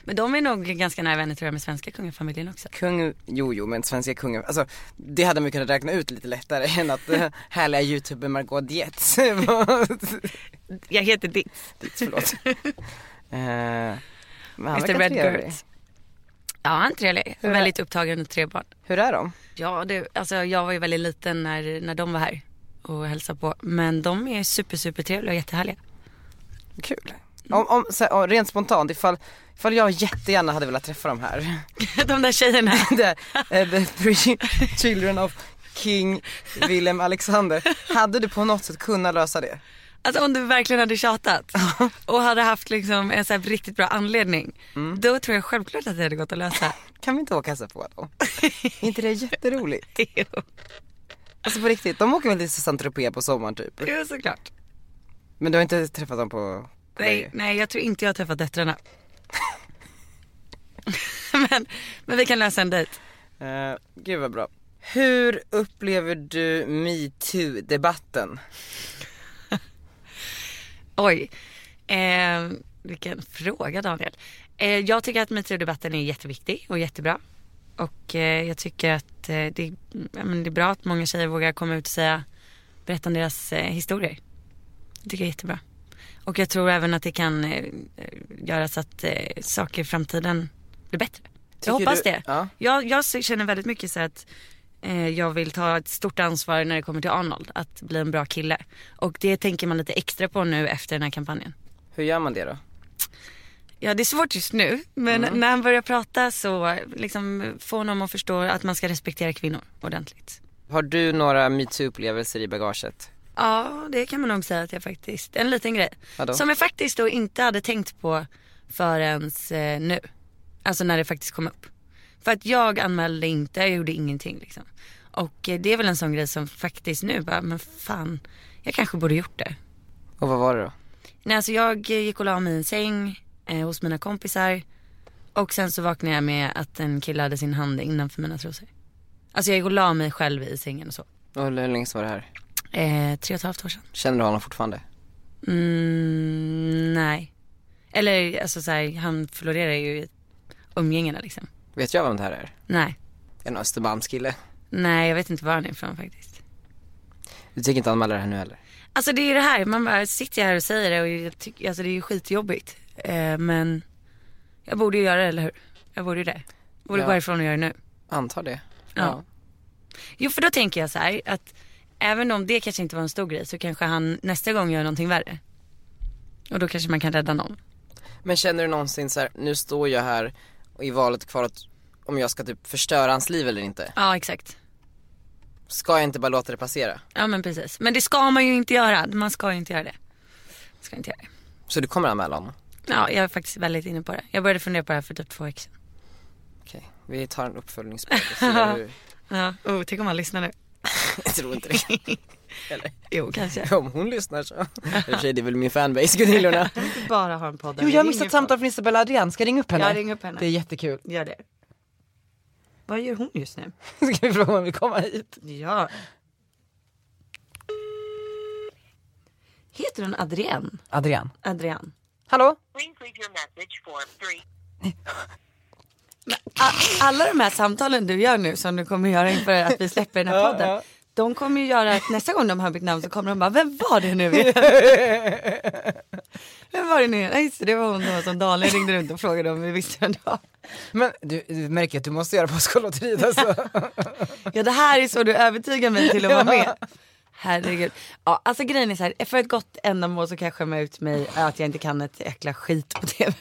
Speaker 2: Men de är nog ganska nära vänner tror jag med svenska kungafamiljen också.
Speaker 1: Kung, jo jo men svenska kungen, alltså det hade man ju kunnat räkna ut lite lättare än att eh, härliga youtuber Margot Dietz.
Speaker 2: Jag heter Ditt.
Speaker 1: Ditt, förlåt. Eh, men han
Speaker 2: Mr.
Speaker 1: verkar
Speaker 2: Red
Speaker 1: trevlig.
Speaker 2: Girls. Ja, han är trevlig.
Speaker 1: Hur är-
Speaker 2: väldigt upptagen med tre barn.
Speaker 1: Hur är de?
Speaker 2: Ja, det, alltså jag var ju väldigt liten när, när de var här och hälsade på. Men de är super, super trevliga och jättehärliga.
Speaker 1: Kul. Om, om, så här, om, rent spontant, ifall, ifall jag jättegärna hade velat träffa de här.
Speaker 2: de där tjejerna.
Speaker 1: där, eh, the three children of King Willem Alexander. Hade du på något sätt kunnat lösa det?
Speaker 2: Alltså om du verkligen hade tjatat och hade haft liksom en så här riktigt bra anledning. Då tror jag självklart att det hade gått att lösa.
Speaker 1: Kan vi inte åka och hälsa på dem? är inte det jätteroligt? Alltså på riktigt, de åker väl till Saint-Tropez på sommaren typ?
Speaker 2: Jo, såklart.
Speaker 1: Men du har inte träffat dem på...
Speaker 2: Nej, nej, jag tror inte jag har träffat döttrarna. men, men vi kan lösa en dejt.
Speaker 1: Uh, gud vad bra. Hur upplever du metoo-debatten?
Speaker 2: Oj, eh, vilken fråga Daniel. Eh, jag tycker att metoo-debatten är jätteviktig och jättebra. Och eh, jag tycker att eh, det, är- ja, men det är bra att många tjejer vågar komma ut och säga, berätta om deras eh, historier. Det tycker jag är jättebra. Och jag tror även att det kan eh, göra så att eh, saker i framtiden blir bättre.
Speaker 1: Tycker
Speaker 2: jag hoppas
Speaker 1: du-
Speaker 2: det.
Speaker 1: ja.
Speaker 2: Jag, jag känner väldigt mycket så att eh, jag vill ta ett stort ansvar när det kommer till Arnold, att bli en bra kille. Och det tänker man lite extra på nu efter den här kampanjen.
Speaker 1: Hur gör man det då?
Speaker 2: Ja det är svårt just nu men
Speaker 1: Mm.
Speaker 2: när han börjar prata så liksom få honom att förstå att man ska respektera kvinnor ordentligt.
Speaker 1: Har du några metoo-upplevelser i bagaget?
Speaker 2: Ja det kan man nog säga att jag faktiskt, en liten grej.
Speaker 1: Vadå?
Speaker 2: Som jag faktiskt då inte hade tänkt på förrän eh, nu. Alltså när det faktiskt kom upp. För att jag anmälde inte, jag gjorde ingenting liksom. Och eh, det är väl en sån grej som faktiskt nu bara, men fan, jag kanske borde gjort det.
Speaker 1: Och vad var det då?
Speaker 2: Nej, alltså jag eh, gick och la mig i en säng eh, hos mina kompisar. Och sen så vaknade jag med att en kille hade sin hand innanför mina trosor. Alltså jag gick och la mig själv i sängen och så.
Speaker 1: Och hur länge sedan var det här?
Speaker 2: Eh, tre och ett halvt år sedan.
Speaker 1: Känner du honom fortfarande?
Speaker 2: Mm, nej. Eller alltså så här, han florerar ju i umgängena liksom.
Speaker 1: Vet jag vem det här är?
Speaker 2: Nej.
Speaker 1: En Östermalmskille.
Speaker 2: Nej, jag vet inte var han är ifrån faktiskt.
Speaker 1: Du tänker inte anmäla det här nu heller?
Speaker 2: Alltså det är ju det här, man bara sitter här och säger det och jag tycker, alltså det är ju skitjobbigt. Eh, men jag borde ju göra det, eller hur? Jag borde ju det. Jag borde
Speaker 1: Ja.
Speaker 2: gå härifrån och göra det nu.
Speaker 1: Antar det.
Speaker 2: Ja. Jo för då tänker jag så här att även om det kanske inte var en stor grej så kanske han nästa gång gör någonting värre. Och då kanske man kan rädda någon.
Speaker 1: Men känner du någonsin så här, nu står jag här och i valet kvar att om jag ska typ förstöra hans liv eller inte?
Speaker 2: Ja exakt.
Speaker 1: Ska jag inte bara låta det passera?
Speaker 2: Ja men precis. Men det ska man ju inte göra. Man ska ju inte göra det. Man ska inte göra det.
Speaker 1: Så du kommer anmäla honom?
Speaker 2: Ja jag är faktiskt väldigt inne på det. Jag började fundera på det här för typ två veckor sedan.
Speaker 1: Okej, vi tar en uppföljningspodd och ser hur...
Speaker 2: Ja, oh, tänk om han lyssnar nu.
Speaker 1: Jag tror inte det. Eller?
Speaker 2: Jo kanske.
Speaker 1: Om hon lyssnar så. I och för sig det är väl min fanbase Gunillorna.
Speaker 2: Jag vill inte bara ha en podd där
Speaker 1: Jo
Speaker 2: vi
Speaker 1: jag har
Speaker 2: ringer
Speaker 1: missat samtal från Isabella Adrian, ska jag ringa upp henne?
Speaker 2: Ja, ring upp henne.
Speaker 1: Det är jättekul.
Speaker 2: Gör det. Vad gör hon just nu?
Speaker 1: Ska vi fråga om vi komma hit?
Speaker 2: Ja. Heter hon Adrienne?
Speaker 1: Adrian.
Speaker 2: Adrian.
Speaker 1: Hallå?
Speaker 11: Please leave your message for three.
Speaker 4: Alla de här samtalen du gör nu som du kommer göra inför att vi släpper den här podden. De kommer ju göra att nästa gång de hör mitt namn så kommer de bara, vem var det nu igen? Vem var det nu igen? Nej, just det, det var hon då som Daniel ringde runt och frågade om vi visste vem det var.
Speaker 1: Men du, du märker att du måste göra Påskolotteriet alltså.
Speaker 4: Ja det här är så du övertygar mig till att vara med. Herregud. Ja, alltså grejen är så här, för ett gott ändamål så kan jag skämma ut mig att jag inte kan ett jäkla skit på tv.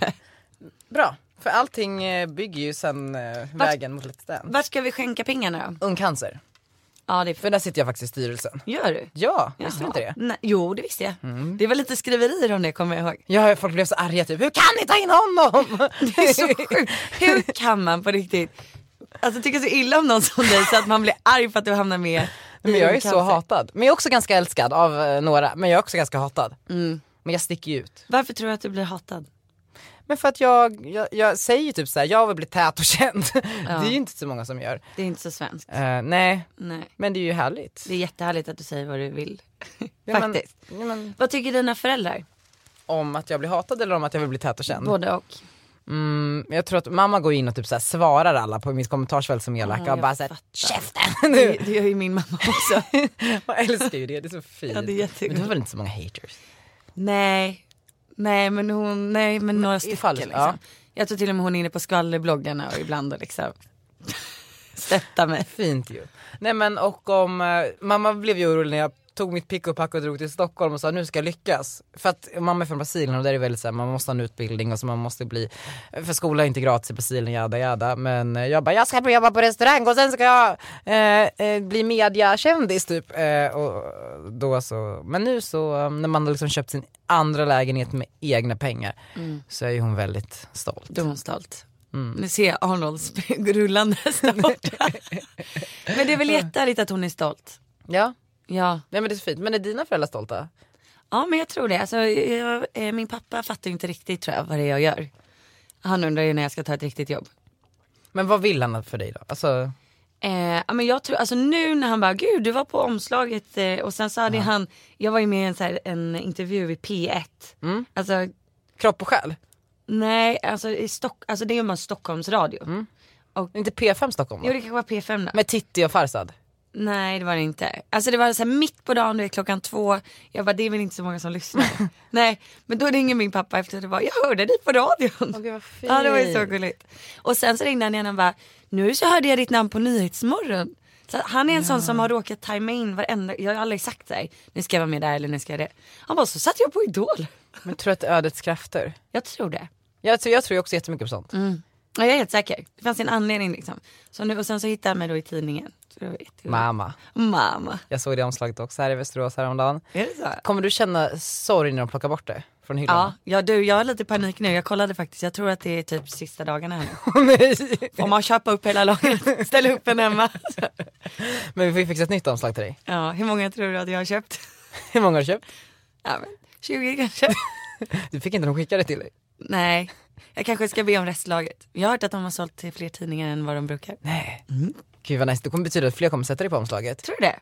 Speaker 1: Bra, för allting eh, bygger ju sen eh, vägen mot Let's Dance.
Speaker 4: Vart ska vi skänka pengarna då?
Speaker 1: Ung cancer.
Speaker 2: Ja, det är för...
Speaker 1: för där sitter jag faktiskt i styrelsen.
Speaker 2: Gör du?
Speaker 1: Ja, visste du inte det? Mm.
Speaker 2: Nej, jo det visste jag. Det var lite skriverier om det kommer jag ihåg.
Speaker 1: Ja, folk blev så arga typ, hur kan ni ta in honom?
Speaker 2: Det är så sjukt. Hur kan man på riktigt? Alltså tycker så illa om någon som dig så att man blir arg för att du hamnar med i
Speaker 1: Men jag är
Speaker 2: en
Speaker 1: så
Speaker 2: cancer.
Speaker 1: hatad. Men jag är också ganska älskad av eh, några, men jag är också ganska hatad. Men jag sticker ju ut.
Speaker 2: Varför tror du att du blir hatad?
Speaker 1: Men för att jag, jag, jag säger ju typ såhär, jag vill bli tät och känd. Det är ju inte så många som gör.
Speaker 2: Det är inte så svenskt.
Speaker 1: Eh, nej,
Speaker 2: Nej.
Speaker 1: men det är ju härligt.
Speaker 2: Det är jättehärligt att du säger vad du vill.
Speaker 1: Ja, men-
Speaker 2: Faktiskt.
Speaker 1: ja, men,
Speaker 2: Vad tycker dina föräldrar?
Speaker 1: om att jag blir hatad eller om att jag vill bli tät och känd?
Speaker 2: Både och.
Speaker 1: Mm, jag tror att mamma går in och typ så här svarar alla på mitt kommentarsfält som elaka
Speaker 2: jag
Speaker 1: och bara såhär
Speaker 2: fattar.
Speaker 1: käften
Speaker 2: Det,
Speaker 1: nu.
Speaker 2: det gör ju min mamma också.
Speaker 1: Jag älskar ju det, det är så fint.
Speaker 2: Ja, det är jättegulligt.
Speaker 1: men du har väl inte så många haters?
Speaker 2: nej. Nej men hon, nej men några stycken
Speaker 1: ifall-
Speaker 2: liksom.
Speaker 1: ja.
Speaker 2: Jag tror till och med hon är inne på skvallerbloggarna och ibland och liksom stöttar mig.
Speaker 1: Fint ju. Nej men och om, eh, mamma blev ju orolig när jag tog mitt pick och pack och drog till Stockholm och sa nu ska jag lyckas. För att mamma är från Brasilien och där är det väldigt såhär, man måste ha en utbildning och så man måste bli, eh, för skola är inte gratis i Brasilien, jada jada. Men eh, jag bara, jag ska börja jobba på restaurang och sen ska jag eh, eh, bli mediakändis typ. Eh, och då så, men nu så eh, när man har liksom köpt sin andra lägenhet med egna pengar så är ju hon väldigt stolt.
Speaker 2: Då är hon stolt. Nu ser jag Arnolds rullandes där borta. Men det är väl jättehärligt att hon är stolt.
Speaker 1: Ja,
Speaker 2: Ja,
Speaker 1: nej men det är så fint. Men är dina föräldrar stolta?
Speaker 2: ja men jag tror det. Alltså, jag, eh, min pappa fattar ju inte riktigt tror jag vad det är jag gör. Han undrar ju när jag ska ta ett riktigt jobb.
Speaker 1: Men vad vill han för dig då? Alltså,
Speaker 2: Eh, ja, men jag tror, alltså nu när han bara, gud du var på omslaget eh, och sen så hade han, jag var ju med i en, så här, en intervju i P1. Alltså
Speaker 1: kropp och själ?
Speaker 2: nej, alltså, i Stock, alltså det gör man Stockholmsradio.
Speaker 1: Inte P5 Stockholm va?
Speaker 2: Jo det kanske var P5 då.
Speaker 1: Med Titti och Farzad?
Speaker 2: Nej det var det inte. Alltså det var så här mitt på dagen, du vet klockan två. Jag bara det är väl inte så många som lyssnar. Nej men då ringer min pappa efter det var jag hörde dig på radion. ja det var ju så gulligt. Och sen så ringde han igen och bara nu så hörde jag ditt namn på Nyhetsmorgon. Så att han är en sån som har råkat tajma in varenda, jag har aldrig sagt såhär nu ska jag vara med där eller nu ska jag det. Han bara så satt jag på Idol.
Speaker 1: Men tror du att det är ödets krafter?
Speaker 2: Jag tror det.
Speaker 1: Jag tror, jag tror ju också jättemycket på sånt.
Speaker 2: Mm. Ja, jag är helt säker. Det fanns en anledning liksom. Så nu, och sen så hittade han mig då i tidningen. Så det var jättegulligt.
Speaker 1: Mamma,
Speaker 2: Mamma.
Speaker 1: jag såg det omslaget också här i Västerås häromdagen.
Speaker 2: Är det så?
Speaker 1: Kommer du känna sorg när de plockar bort det från
Speaker 2: Ja,
Speaker 1: hyllan?
Speaker 2: ja du jag har lite panik nu. Jag kollade faktiskt. Jag tror att det är typ sista dagarna här nu.
Speaker 1: Ja. Nej.
Speaker 2: Får man köpa upp hela lagret? Ställa upp en hemma.
Speaker 1: Men vi får ju fixa ett nytt omslag till dig.
Speaker 2: Ja, hur många tror du att jag har köpt?
Speaker 1: Hur många har du köpt?
Speaker 2: Ja, men 20 kanske.
Speaker 1: Du fick inte de skickade till dig?
Speaker 2: Nej, jag kanske ska be om restlagret. Jag har hört att de har sålt till fler tidningar än vad de brukar.
Speaker 1: Nej.
Speaker 2: Mm.
Speaker 1: Gud vad nice, det kommer betyda att fler kommer sätta dig på omslaget.
Speaker 2: Tror du det?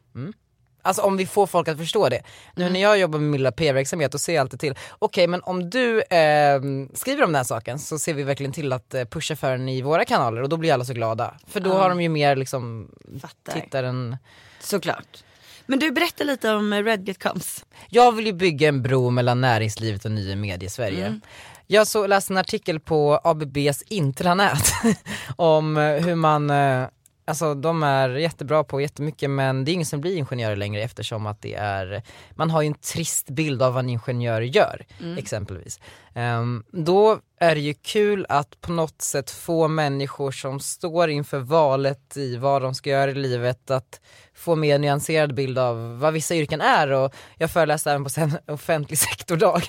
Speaker 1: Alltså om vi får folk att förstå det. Nu när jag jobbar med min lilla PR-verksamhet och ser jag alltid till, okej men om du ehm, skriver om den här saken så ser vi verkligen till att eh, pusha för den i våra kanaler och då blir alla så glada. För då har de ju mer liksom
Speaker 2: Fattar.
Speaker 1: tittaren.
Speaker 2: Såklart. Men du berättar lite om eh, Redget Comes.
Speaker 1: Jag vill ju bygga en bro mellan näringslivet och nya medier i Sverige. Jag så, läste en artikel på ABBs intranät om eh, hur man, eh, alltså de är jättebra på jättemycket men det är ingen som blir ingenjörer längre eftersom att det är, man har ju en trist bild av vad en ingenjör gör exempelvis. Ehm, då är det ju kul att på något sätt få människor som står inför valet i vad de ska göra i livet att få mer nyanserad bild av vad vissa yrken är och jag föreläste även på sen- offentlig sektordag.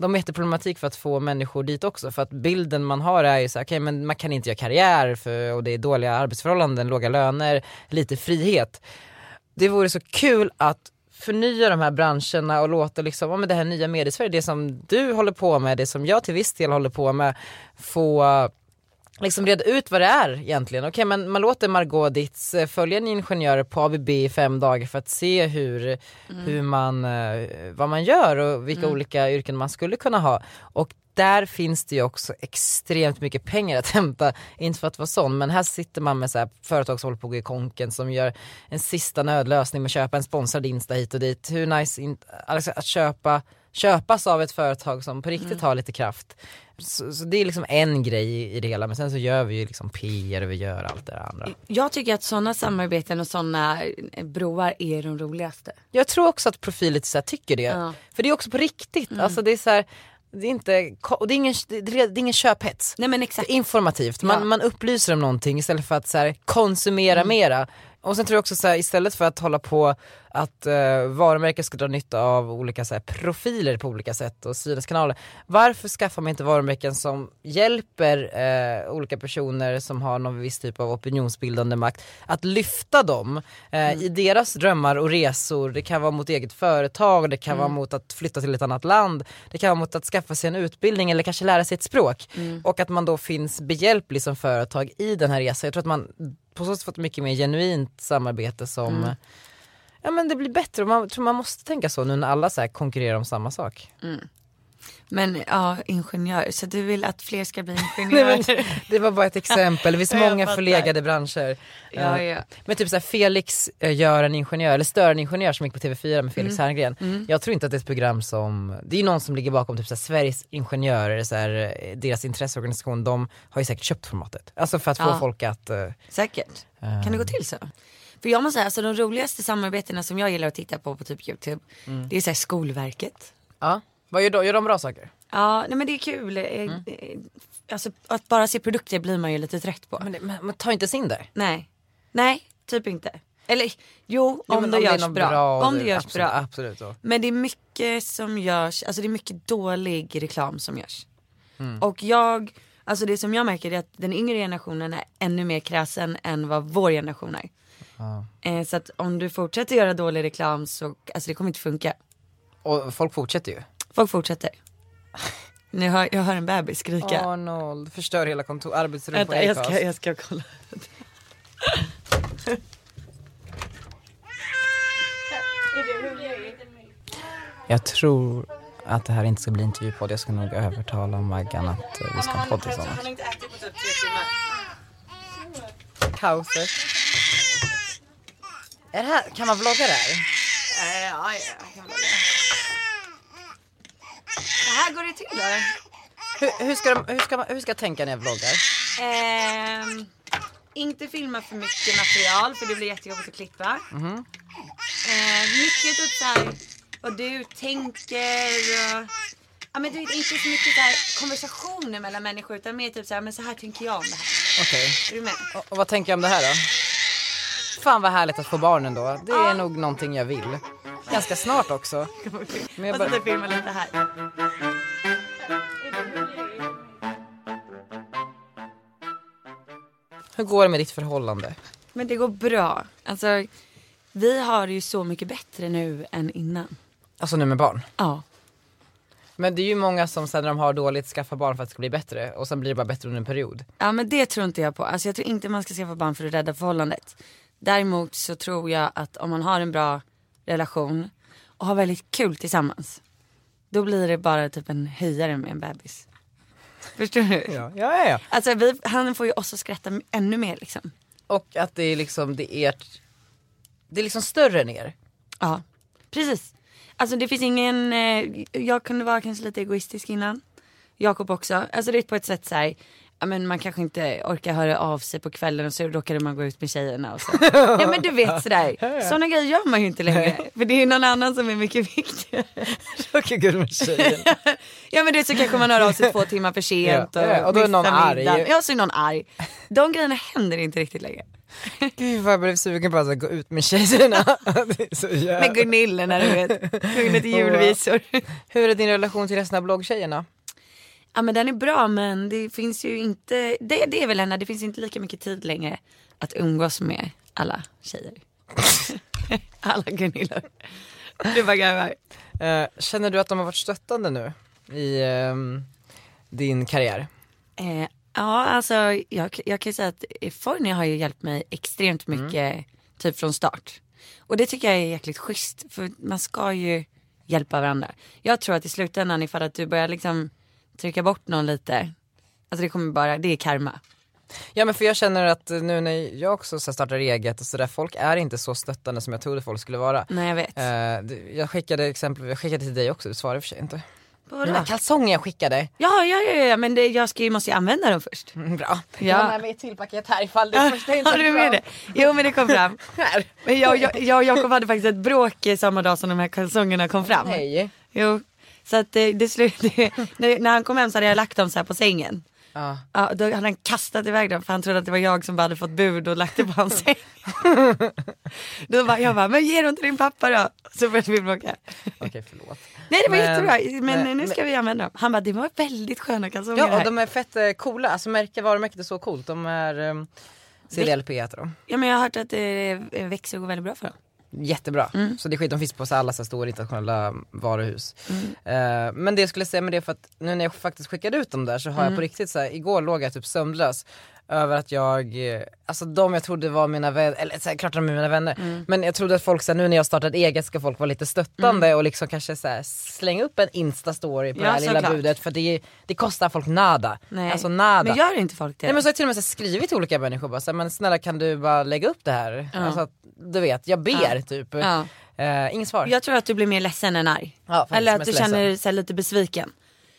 Speaker 1: De har jätteproblematik för att få människor dit också för att bilden man har är ju så här, okej men man kan inte göra karriär för, och det är dåliga arbetsförhållanden, låga löner, lite frihet det vore så kul att förnya de här branscherna och låta liksom, ja, men det här nya mediesverige, det som du håller på med, det som jag till viss del håller på med, få liksom reda ut vad det är egentligen. Okej men man låter Margot Ditz eh, följa en ingenjör på ABB i fem dagar för att se hur, hur man, eh, vad man gör och vilka olika yrken man skulle kunna ha. Och där finns det ju också extremt mycket pengar att hämta, inte för att vara sån men här sitter man med så här företag som håller på att gå i konken som gör en sista nödlösning med att köpa en sponsrad Insta hit och dit. Hur nice in, alltså att köpa, köpas av ett företag som på riktigt har lite kraft. Så, så det är liksom en grej i- i det hela men sen så gör vi ju liksom PR och vi gör allt det där andra.
Speaker 2: Jag tycker att sådana samarbeten och sådana broar är de roligaste.
Speaker 1: Jag tror också att Profil lite så här tycker det.
Speaker 2: Ja.
Speaker 1: För det är också på riktigt. Alltså det är så här, det är inte, ko- och det är ingen, det är, det är ingen köphets.
Speaker 2: Nej men exakt.
Speaker 1: Det är informativt, man,
Speaker 2: Ja. Mm.
Speaker 1: man upplyser om någonting istället för att så här, konsumera mera. Och sen tror jag också så här, istället för att hålla på att eh, varumärken ska dra nytta av olika så här, profiler på olika sätt och sidoskanaler. Varför skaffar man inte varumärken som hjälper eh, olika personer som har någon viss typ av opinionsbildande makt att lyfta dem eh,
Speaker 2: Mm.
Speaker 1: i deras drömmar och resor. Det kan vara mot eget företag, det kan vara
Speaker 2: Mm.
Speaker 1: mot att flytta till ett annat land, det kan vara mot att skaffa sig en utbildning eller kanske lära sig ett språk.
Speaker 2: Mm.
Speaker 1: Och att man då finns behjälplig som företag i den här resan. Jag tror att man på så sätt fått mycket mer genuint samarbete som
Speaker 12: Mm.
Speaker 1: Ja men det blir bättre och man tror man måste tänka så nu när alla så här konkurrerar om samma sak.
Speaker 2: Mm. Men ja, ingenjör. Så du vill att fler ska bli
Speaker 1: Nej,
Speaker 2: ingenjörer?
Speaker 1: men, det var bara ett exempel, det finns
Speaker 2: Ja, jag
Speaker 1: många
Speaker 2: fattar.
Speaker 1: förlegade branscher.
Speaker 2: Ja,
Speaker 1: Eh,
Speaker 2: ja.
Speaker 1: Men typ såhär Felix eh, gör en ingenjör, eller stör en ingenjör som gick på TV4 med Felix
Speaker 2: Mm.
Speaker 1: Herngren.
Speaker 2: Mm.
Speaker 1: Jag tror inte att det är ett program som, det är ju någon som ligger bakom typ såhär Sveriges ingenjörer, såhär, eh, deras intresseorganisation, de har ju säkert köpt formatet. Alltså för att få
Speaker 2: Ja.
Speaker 1: folk att... eh,
Speaker 2: Säkert.
Speaker 1: eh,
Speaker 2: Kan det gå till så? För jag måste säga, alltså de roligaste samarbetena som jag gillar att titta på på typ YouTube,
Speaker 1: Mm.
Speaker 2: det är såhär Skolverket.
Speaker 1: Ja, vad gör de? Gör de bra saker?
Speaker 2: Ja, nej men det är kul. Eh,
Speaker 1: Mm.
Speaker 2: eh, Alltså att bara se produkter blir man ju lite trött på.
Speaker 1: Men, men, men ta inte Cinder.
Speaker 2: Nej, nej, typ inte. Eller jo,
Speaker 1: Jo,
Speaker 2: om
Speaker 1: men
Speaker 2: det görs
Speaker 1: någon
Speaker 2: bra.
Speaker 1: och
Speaker 2: Om det görs
Speaker 1: absolut,
Speaker 2: bra.
Speaker 1: Absolut. så.
Speaker 2: Men det är mycket som görs, alltså det är mycket dålig reklam som görs.
Speaker 1: Mm.
Speaker 2: Och jag, alltså det som jag märker är att den yngre generationen är ännu mer kräsen än vad vår generation är.
Speaker 1: Ja.
Speaker 2: Eh, så att om du fortsätter göra dålig reklam så, alltså det kommer inte funka.
Speaker 1: Och folk fortsätter ju.
Speaker 2: Folk fortsätter. Nu hör, jag hör en bebis skrika.
Speaker 1: Arnold förstör hela kontor, arbetsrummet på
Speaker 2: Vänta, jag
Speaker 1: Acast.
Speaker 2: ska, jag ska kolla.
Speaker 13: Jag tror att det här inte ska bli intervjupodd. Jag ska nog övertala Maggan att eh, vi ska ha en podd tillsammans.
Speaker 1: Kaoset. Är det här, kan man vlogga det här?
Speaker 2: Ja, Så här går det till då.
Speaker 1: Hur, hur, ska de, hur, ska man, hur ska jag tänka när jag vloggar?
Speaker 2: Ehm, inte filma för mycket material för det blir jättejobbigt att klippa.
Speaker 1: Mhm.
Speaker 2: Eh, mycket typ såhär vad du tänker och... Ja men du vet inte så mycket där konversationer mellan människor utan mer typ såhär men så här tänker jag om det här.
Speaker 1: Okej.
Speaker 2: Är du med?
Speaker 1: Och, och vad tänker jag om det här då? Fan vad härligt att få barnen då. Det är nog någonting jag vill. Ganska snart också. Men jag
Speaker 2: Och
Speaker 1: bara-
Speaker 2: så filma lite här.
Speaker 1: Hur går det med ditt förhållande?
Speaker 2: Men det går bra. Alltså vi har det ju så mycket bättre nu än innan.
Speaker 1: Alltså nu med barn?
Speaker 2: Ja.
Speaker 1: Men det är ju många som sen när de har dåligt skaffar barn för att det ska bli bättre och sen blir det bara bättre under en period.
Speaker 2: Ja men det tror inte jag på. Alltså jag tror inte man ska skaffa barn för att rädda förhållandet. Däremot så tror jag att om man har en bra relation och har väldigt kul tillsammans. Då blir det bara typ en höjare med en bebis. Förstår du?
Speaker 1: Ja, ja, ja.
Speaker 2: Alltså vi, han får ju oss att skratta m- ännu mer liksom.
Speaker 1: Och att det är liksom, det är ert, det är liksom större än er.
Speaker 2: Ja, precis. Alltså det finns ingen, eh, jag kunde vara kanske lite egoistisk innan. Jakob också. Alltså det är på ett sätt så här, ja men man kanske inte orkar höra av sig på kvällen och så råkade man gå ut med tjejerna och så. ja men du vet sådär, sådana grejer gör man ju inte längre. För det är ju någon annan som är mycket viktigare.
Speaker 1: Vilken gul med tjejen.
Speaker 2: Ja men du vet så kanske man hör av sig två timmar för sent
Speaker 1: Ja, ja, och då är någon
Speaker 2: missar
Speaker 1: arg.
Speaker 2: middagen. Ja så är någon arg. De grejerna händer inte riktigt längre.
Speaker 1: Gud vad jag blev sugen på att så här gå ut med tjejerna. det är så jävla...
Speaker 2: Med Gunillorna du vet, sjungde till julvisor.
Speaker 1: Hur är din relation till resten av bloggtjejerna?
Speaker 2: Ja men den är bra men det finns ju inte, det, det är väl en, det finns inte lika mycket tid längre att umgås med alla tjejer. alla Gunillor. Du bara garvar.
Speaker 1: Eh, känner du att de har varit stöttande nu i ehm, din karriär?
Speaker 2: Eh, ja alltså jag, jag kan ju säga att Forni har ju hjälpt mig extremt mycket typ från start. Och det tycker jag är jäkligt schysst för man ska ju hjälpa varandra. Jag tror att i slutändan ifall att du börjar liksom trycka bort någon lite, alltså det kommer bara, det är karma.
Speaker 1: Ja men för jag känner att nu när jag också så här startar eget och sådär, folk är inte så stöttande som jag trodde folk skulle vara.
Speaker 2: Nej jag vet.
Speaker 1: Eh, det- jag skickade exempel, jag skickade till dig också, du svarade i och för sig inte.
Speaker 2: På
Speaker 1: Den där kalsongen jag skickade.
Speaker 2: Ja, ja, ja, ja men det, jag ska ju, måste ju använda dem först.
Speaker 1: Mm, Bra.
Speaker 2: Ja.
Speaker 1: Jag har med mig ett till paket här ifall det första inte
Speaker 2: Har du med det? Jo men det kom fram.
Speaker 1: Här.
Speaker 2: Men jag, jag, jag och Jakob hade faktiskt ett bråk eh, samma dag som de här kalsongerna kom fram.
Speaker 1: Nej.
Speaker 2: Jo. Så att eh, det slutade, när, när han kom hem så hade jag lagt dem så här på sängen.
Speaker 1: Ja.
Speaker 2: Ja, då hade han kastat iväg den för han trodde att det var jag som bara hade fått bud och lagt det på hans säng. då bara, jag bara, men ge dem till din pappa då. Så började vi bråka.
Speaker 1: Okej, förlåt.
Speaker 2: Nej det var
Speaker 1: Men-
Speaker 2: jättebra, men
Speaker 1: men-
Speaker 2: nu ska vi använda dem. Han bara, det var väldigt sköna kalsonger
Speaker 1: Ja, och
Speaker 2: här.
Speaker 1: de är fett eh, coola. Alltså märke, varumärket är så coolt. De är... ehm, CDLP heter de.
Speaker 2: Ja men jag har hört att eh, växer går väldigt bra för dem.
Speaker 1: Jättebra.
Speaker 2: Mm.
Speaker 1: Så det är skit, de finns på så här alla så här stora internationella varuhus.
Speaker 2: Mm.
Speaker 1: Eh, men det jag skulle säga med det är för att nu när jag faktiskt skickade ut dem där så har jag
Speaker 2: Mm.
Speaker 1: på riktigt så här, igår låg jag typ sömnlös över att jag, eh, alltså de jag trodde var mina vänner, eller så här, klart de är mina vänner,
Speaker 2: Mm.
Speaker 1: men jag trodde att folk så här, nu när jag startat eget ska folk vara lite stöttande och liksom kanske så här, slänga upp en instastory på
Speaker 2: Mm.
Speaker 1: det
Speaker 2: Ja,
Speaker 1: här lilla
Speaker 2: såklart.
Speaker 1: budet för det, det kostar folk nada.
Speaker 2: Nej.
Speaker 1: Alltså nada.
Speaker 2: Men gör inte folk det?
Speaker 1: Nej men så har jag till och med så här skrivit till olika människor bara så här, men snälla kan du bara lägga upp det här?
Speaker 2: Ja.
Speaker 1: Alltså att, du vet, jag ber
Speaker 2: Ja.
Speaker 1: typ.
Speaker 2: Ja.
Speaker 1: Eh, inget svar.
Speaker 2: Jag tror att du blir mer ledsen än arg.
Speaker 1: Ja, faktiskt,
Speaker 2: Eller att
Speaker 1: mest
Speaker 2: du
Speaker 1: ledsen.
Speaker 2: känner dig lite besviken.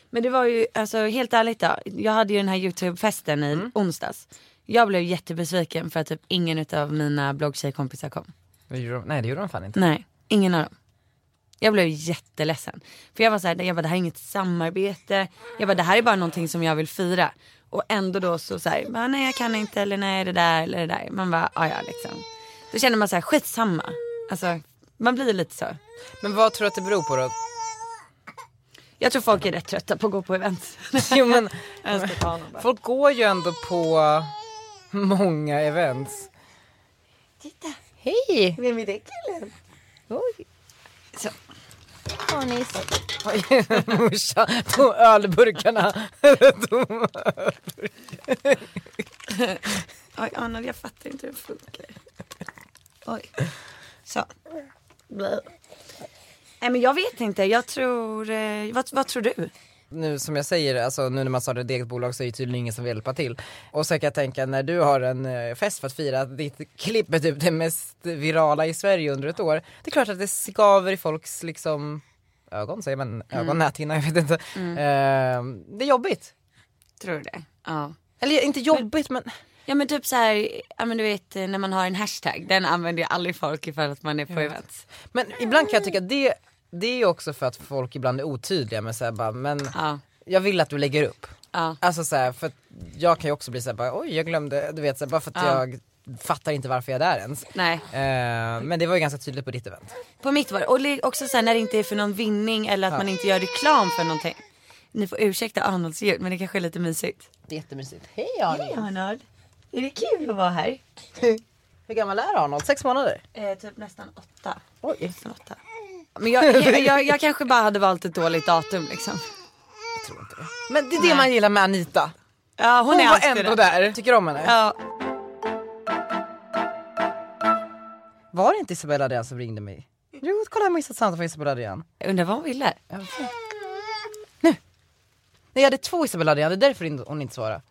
Speaker 2: Men det var ju, alltså helt ärligt då. Jag hade ju den här YouTube-festen
Speaker 1: Mm.
Speaker 2: i onsdags. Jag blev jättebesviken för att typ ingen av mina bloggtjejkompisar kom.
Speaker 1: Det gjorde de- Nej det gjorde de fan inte.
Speaker 2: Nej, ingen av dem. Jag blev jätteledsen. För jag var så här, jag bara, det här är inget samarbete. Jag bara, det här är bara någonting som jag vill fira. Och ändå då så så här, bara, nej jag kan inte eller nej det där eller det där. Man bara, ja ja liksom. Då känner man så här, skitsamma. Alltså, man blir lite så.
Speaker 1: Men vad tror du att det beror på då?
Speaker 2: Jag tror folk är rätt trötta på att gå på event.
Speaker 1: Jo, men,
Speaker 2: jag ska ta honom bara.
Speaker 1: Folk går ju ändå på många events. Hej!
Speaker 2: Vem är det killen?
Speaker 1: Oj.
Speaker 2: Så.
Speaker 1: Anis. Morsan, de ölburkarna. de ölburkarna.
Speaker 2: Oj, Arnold jag fattar inte hur det funkar. Oj. Så. Blä. Nej men jag vet inte, jag tror, eh, vad, vad tror du?
Speaker 1: nu som jag säger, alltså nu när man startar ett eget bolag så är det tydligen ingen som vill hjälpa till. Och så kan jag tänka när du har en eh, fest för att fira att ditt klipp är typ det mest virala i Sverige under ett år. Det är klart att det skaver i folks liksom ögon säger man, ögon, näthinna, jag vet inte. Eh, det är jobbigt.
Speaker 2: Tror du det? Ja.
Speaker 1: Eller inte jobbigt men,
Speaker 2: Ja men typ så här, ja men du vet eh, när man har en hashtag, den använder ju aldrig folk ifall att man är på events.
Speaker 1: men ibland kan jag tycka att det, det är ju också för att folk ibland är otydliga men såhär bara men
Speaker 2: Ja.
Speaker 1: jag vill att du lägger upp.
Speaker 2: Ja.
Speaker 1: Alltså så här, för att jag kan ju också bli såhär bara oj jag glömde, du vet såhär bara för att
Speaker 2: Ja.
Speaker 1: jag fattar inte varför jag är där ens.
Speaker 2: Nej.
Speaker 1: Eh, men det var ju ganska tydligt på ditt event.
Speaker 2: På mitt var det. Och li- också så här, när det inte är för någon vinning eller att man inte gör reklam för någonting. Ni får ursäkta Arnolds ljud men det kanske är lite mysigt.
Speaker 1: Det är jättemysigt. Hej Arnold!
Speaker 2: Hej Arnold! Är det kul att vara här?
Speaker 1: Hur gammal är Arnold? Sex månader?
Speaker 2: Eh, typ nästan åtta.
Speaker 1: Oj.
Speaker 2: Nästan åtta. Men jag, jag, jag, jag kanske bara hade valt ett dåligt datum liksom.
Speaker 1: Jag tror inte det. Men det är det man gillar med Anita.
Speaker 2: Ja hon,
Speaker 1: Hon,
Speaker 2: är
Speaker 1: var
Speaker 2: alltid
Speaker 1: ändå
Speaker 2: det.
Speaker 1: där. Tycker du om henne?
Speaker 2: Ja.
Speaker 1: Var det inte Isabella Adrian som ringde mig? Jo, kolla jag har missat samtal från Isabella Adrian.
Speaker 2: Jag undrar vad hon ville.
Speaker 1: Nej jag hade två Isabella Adrian, det är därför in- hon inte svarade.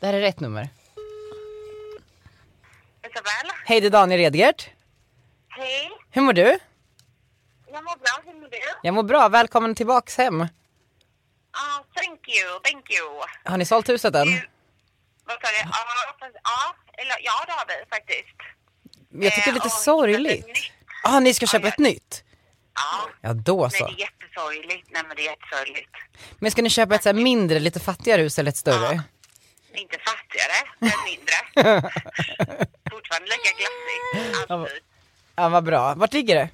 Speaker 1: Det här är rätt nummer.
Speaker 11: Isabel,
Speaker 1: Hej det är Daniel Redgert.
Speaker 11: hej.
Speaker 1: Hur mår du?
Speaker 11: Jag mår bra, hur mår du?
Speaker 1: Jag mår bra, välkommen tillbaks hem.
Speaker 11: Ah, thank you, thank you.
Speaker 1: Har ni sålt huset än?
Speaker 11: Vad sa du? Ja, fast- ja, eller ja det har vi faktiskt.
Speaker 1: Jag tycker det är lite
Speaker 11: Eh, och-
Speaker 1: sorgligt. Ah, ni ska köpa ett nytt?
Speaker 11: Ja,
Speaker 1: Ja då
Speaker 11: nej,
Speaker 1: så.
Speaker 11: det är jättesorgligt. Nej, men det är jättesorgligt.
Speaker 1: Men ska ni köpa ett så här mindre, lite fattigare hus eller ett större?
Speaker 11: Inte fattigare, men mindre. Fortfarande lika glassigt. Absolut.
Speaker 1: Ja vad bra. Vart ligger det?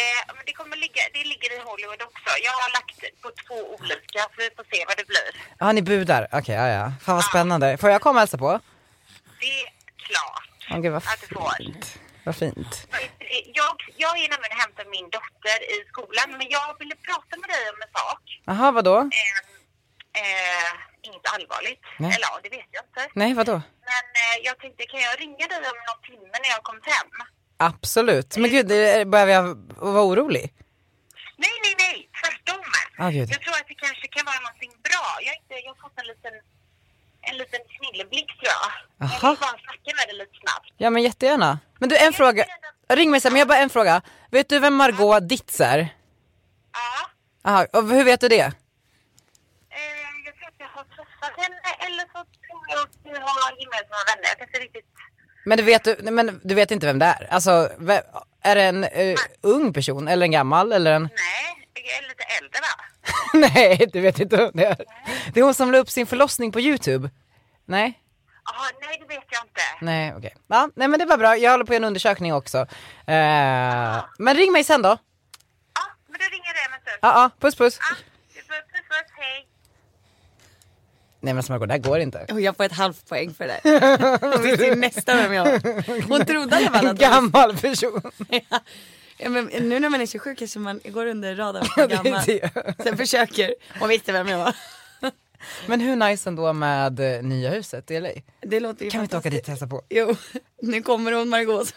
Speaker 11: Eh, men det, kommer ligga, det ligger i Hollywood också. Jag har lagt på två olika, så vi får se vad det blir.
Speaker 1: Ja ah, ni budar, okej ja ja. Fan vad spännande. Får jag komma och hälsa på?
Speaker 11: Det är klart.
Speaker 1: Åh gud vad
Speaker 11: Att du får.
Speaker 1: fint. Vad fint.
Speaker 11: Jag, jag är nämligen och hämtar min dotter i skolan, men jag ville prata med dig om en sak.
Speaker 1: Jaha vadå?
Speaker 11: Eh, eh, inget allvarligt.
Speaker 1: Nej.
Speaker 11: Eller ja, det vet jag inte.
Speaker 1: Nej vadå?
Speaker 11: Men eh, jag tänkte, kan jag ringa dig om någon timme när jag har kommit hem?
Speaker 1: Absolut. Men gud det- börjar jag vara orolig?
Speaker 11: Nej, nej, nej, tvärtom.
Speaker 1: Ah, gud.
Speaker 11: jag tror att det kanske kan vara någonting bra. Jag, har inte, jag har fått en liten, en liten snilleblick tror jag. Jag
Speaker 1: Aha.
Speaker 11: vill bara snacka med dig lite snabbt.
Speaker 1: Ja men jättegärna. Men du en fråga. Ring mig sen men jag har bara en fråga. Vet du vem Margot Dietz är?
Speaker 11: Ja,
Speaker 1: Aha, och hur vet du det?
Speaker 11: eh, jag tror att jag har träffat henne eller så tror jag att vi har gemensamma vänner. Jag kan inte riktigt...
Speaker 1: Men du vet, nej, men du vet inte vem det är? Alltså ve- är det en eh, ung person eller en gammal eller en?
Speaker 11: Nej, Jessica är lite äldre va?
Speaker 1: Nej, du vet inte vem det är. Det är hon som la upp sin förlossning på YouTube. Nej?
Speaker 11: Jaha, nej det vet jag inte.
Speaker 1: Nej, okej. Ja, nej men det var bra, jag håller på en undersökning också. Eh, men ring mig sen då.
Speaker 11: Men då ringer jag dig om en stund.
Speaker 1: Ja, ja, puss puss.
Speaker 11: Puss puss, puss, hej.
Speaker 1: Nej men alltså Margot, det här går inte.
Speaker 2: Och jag får ett halvt poäng för det. Det är nästa vem jag var. Hon trodde i alla fall
Speaker 1: En
Speaker 2: att hon
Speaker 1: gammal person.
Speaker 2: Ja, men nu när man är 27 kanske man går under radarn
Speaker 1: Ja,
Speaker 2: för
Speaker 1: det är
Speaker 2: gammal.
Speaker 1: det.
Speaker 2: Sen försöker. Hon visste vem jag var.
Speaker 1: Men hur nice ändå med eh, nya huset i LA?
Speaker 2: Det låter ju
Speaker 1: Kan vi inte åka
Speaker 2: fantastiskt.
Speaker 1: dit och hälsa på?
Speaker 2: Jo, nu kommer hon Margaux.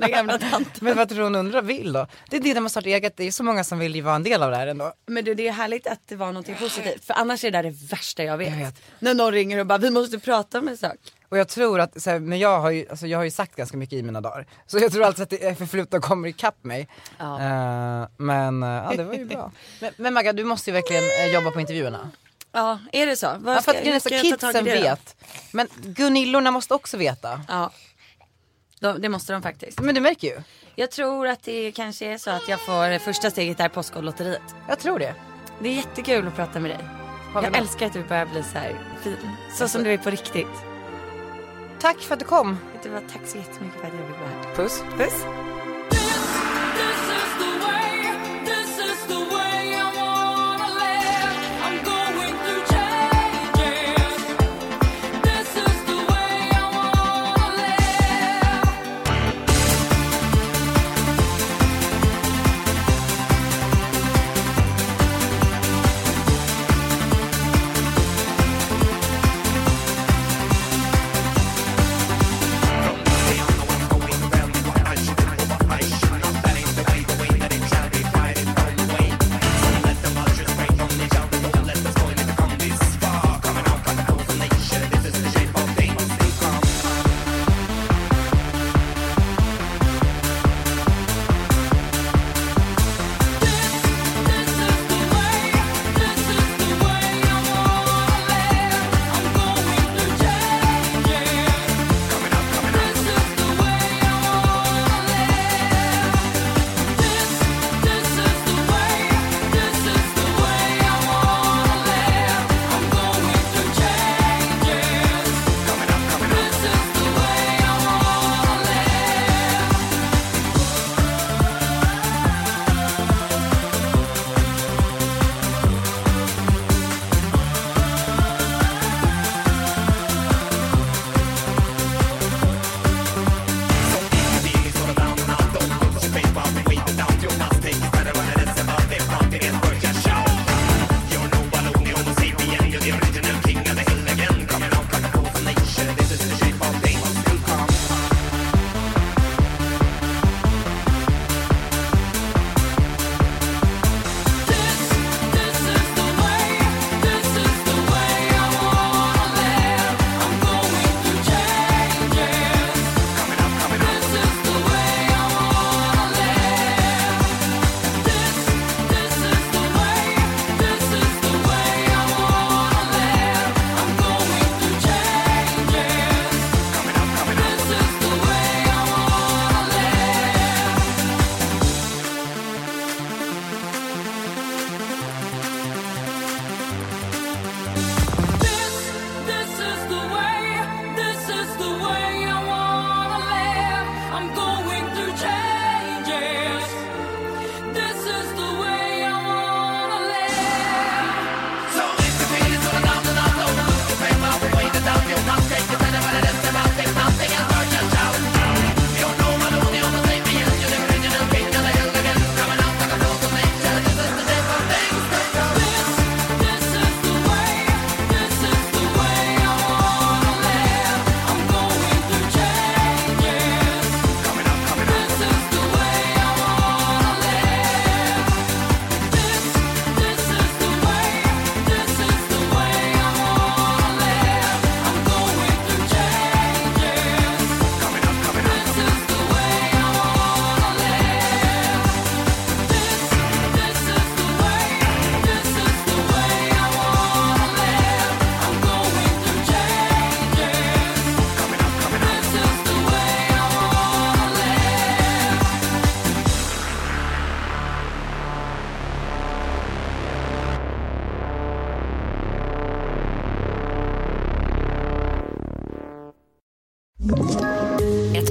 Speaker 2: Den gamla tanten.
Speaker 1: Men vad tror du hon undrar vill då? Det är det när man startar eget, det är så många som vill ju vara en del av det här ändå.
Speaker 2: Men du det är härligt att det var någonting positivt. För annars är det där det värsta jag vet. När någon ringer och bara vi måste prata om en sak.
Speaker 1: Och jag tror att, så här, men jag har, ju, alltså jag har ju sagt ganska mycket i mina dagar. Så jag tror alltid att det är förflutna kommer ikapp mig.
Speaker 2: Ja.
Speaker 1: Eh, men eh, ja, det var ju bra. Men, men Magga, du måste ju verkligen eh, jobba på intervjuerna.
Speaker 2: Ja, är det så? Vad
Speaker 1: Ja, för
Speaker 2: ska-
Speaker 1: att grejen är så
Speaker 2: ska jag ta tag i
Speaker 1: kidsen
Speaker 2: det då?
Speaker 1: vet. Men Gunillorna måste också veta.
Speaker 2: Ja, De, det måste de faktiskt.
Speaker 1: Men du märker ju.
Speaker 2: Jag tror att det kanske är så att jag får första steget där Postkodlotteriet.
Speaker 1: Jag tror det.
Speaker 2: Det är jättekul att prata med dig.
Speaker 1: Har vi
Speaker 2: Jag
Speaker 1: något?
Speaker 2: älskar att du börjar bli så här fin. Så som du är på riktigt.
Speaker 1: Tack för att du kom.
Speaker 2: Vet du vad, tack så jättemycket för att jag fick vara här.
Speaker 1: Puss.
Speaker 2: Puss.
Speaker 14: From the hill, I'm going round. I should go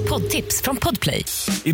Speaker 15: poddtips från Podplay.
Speaker 16: I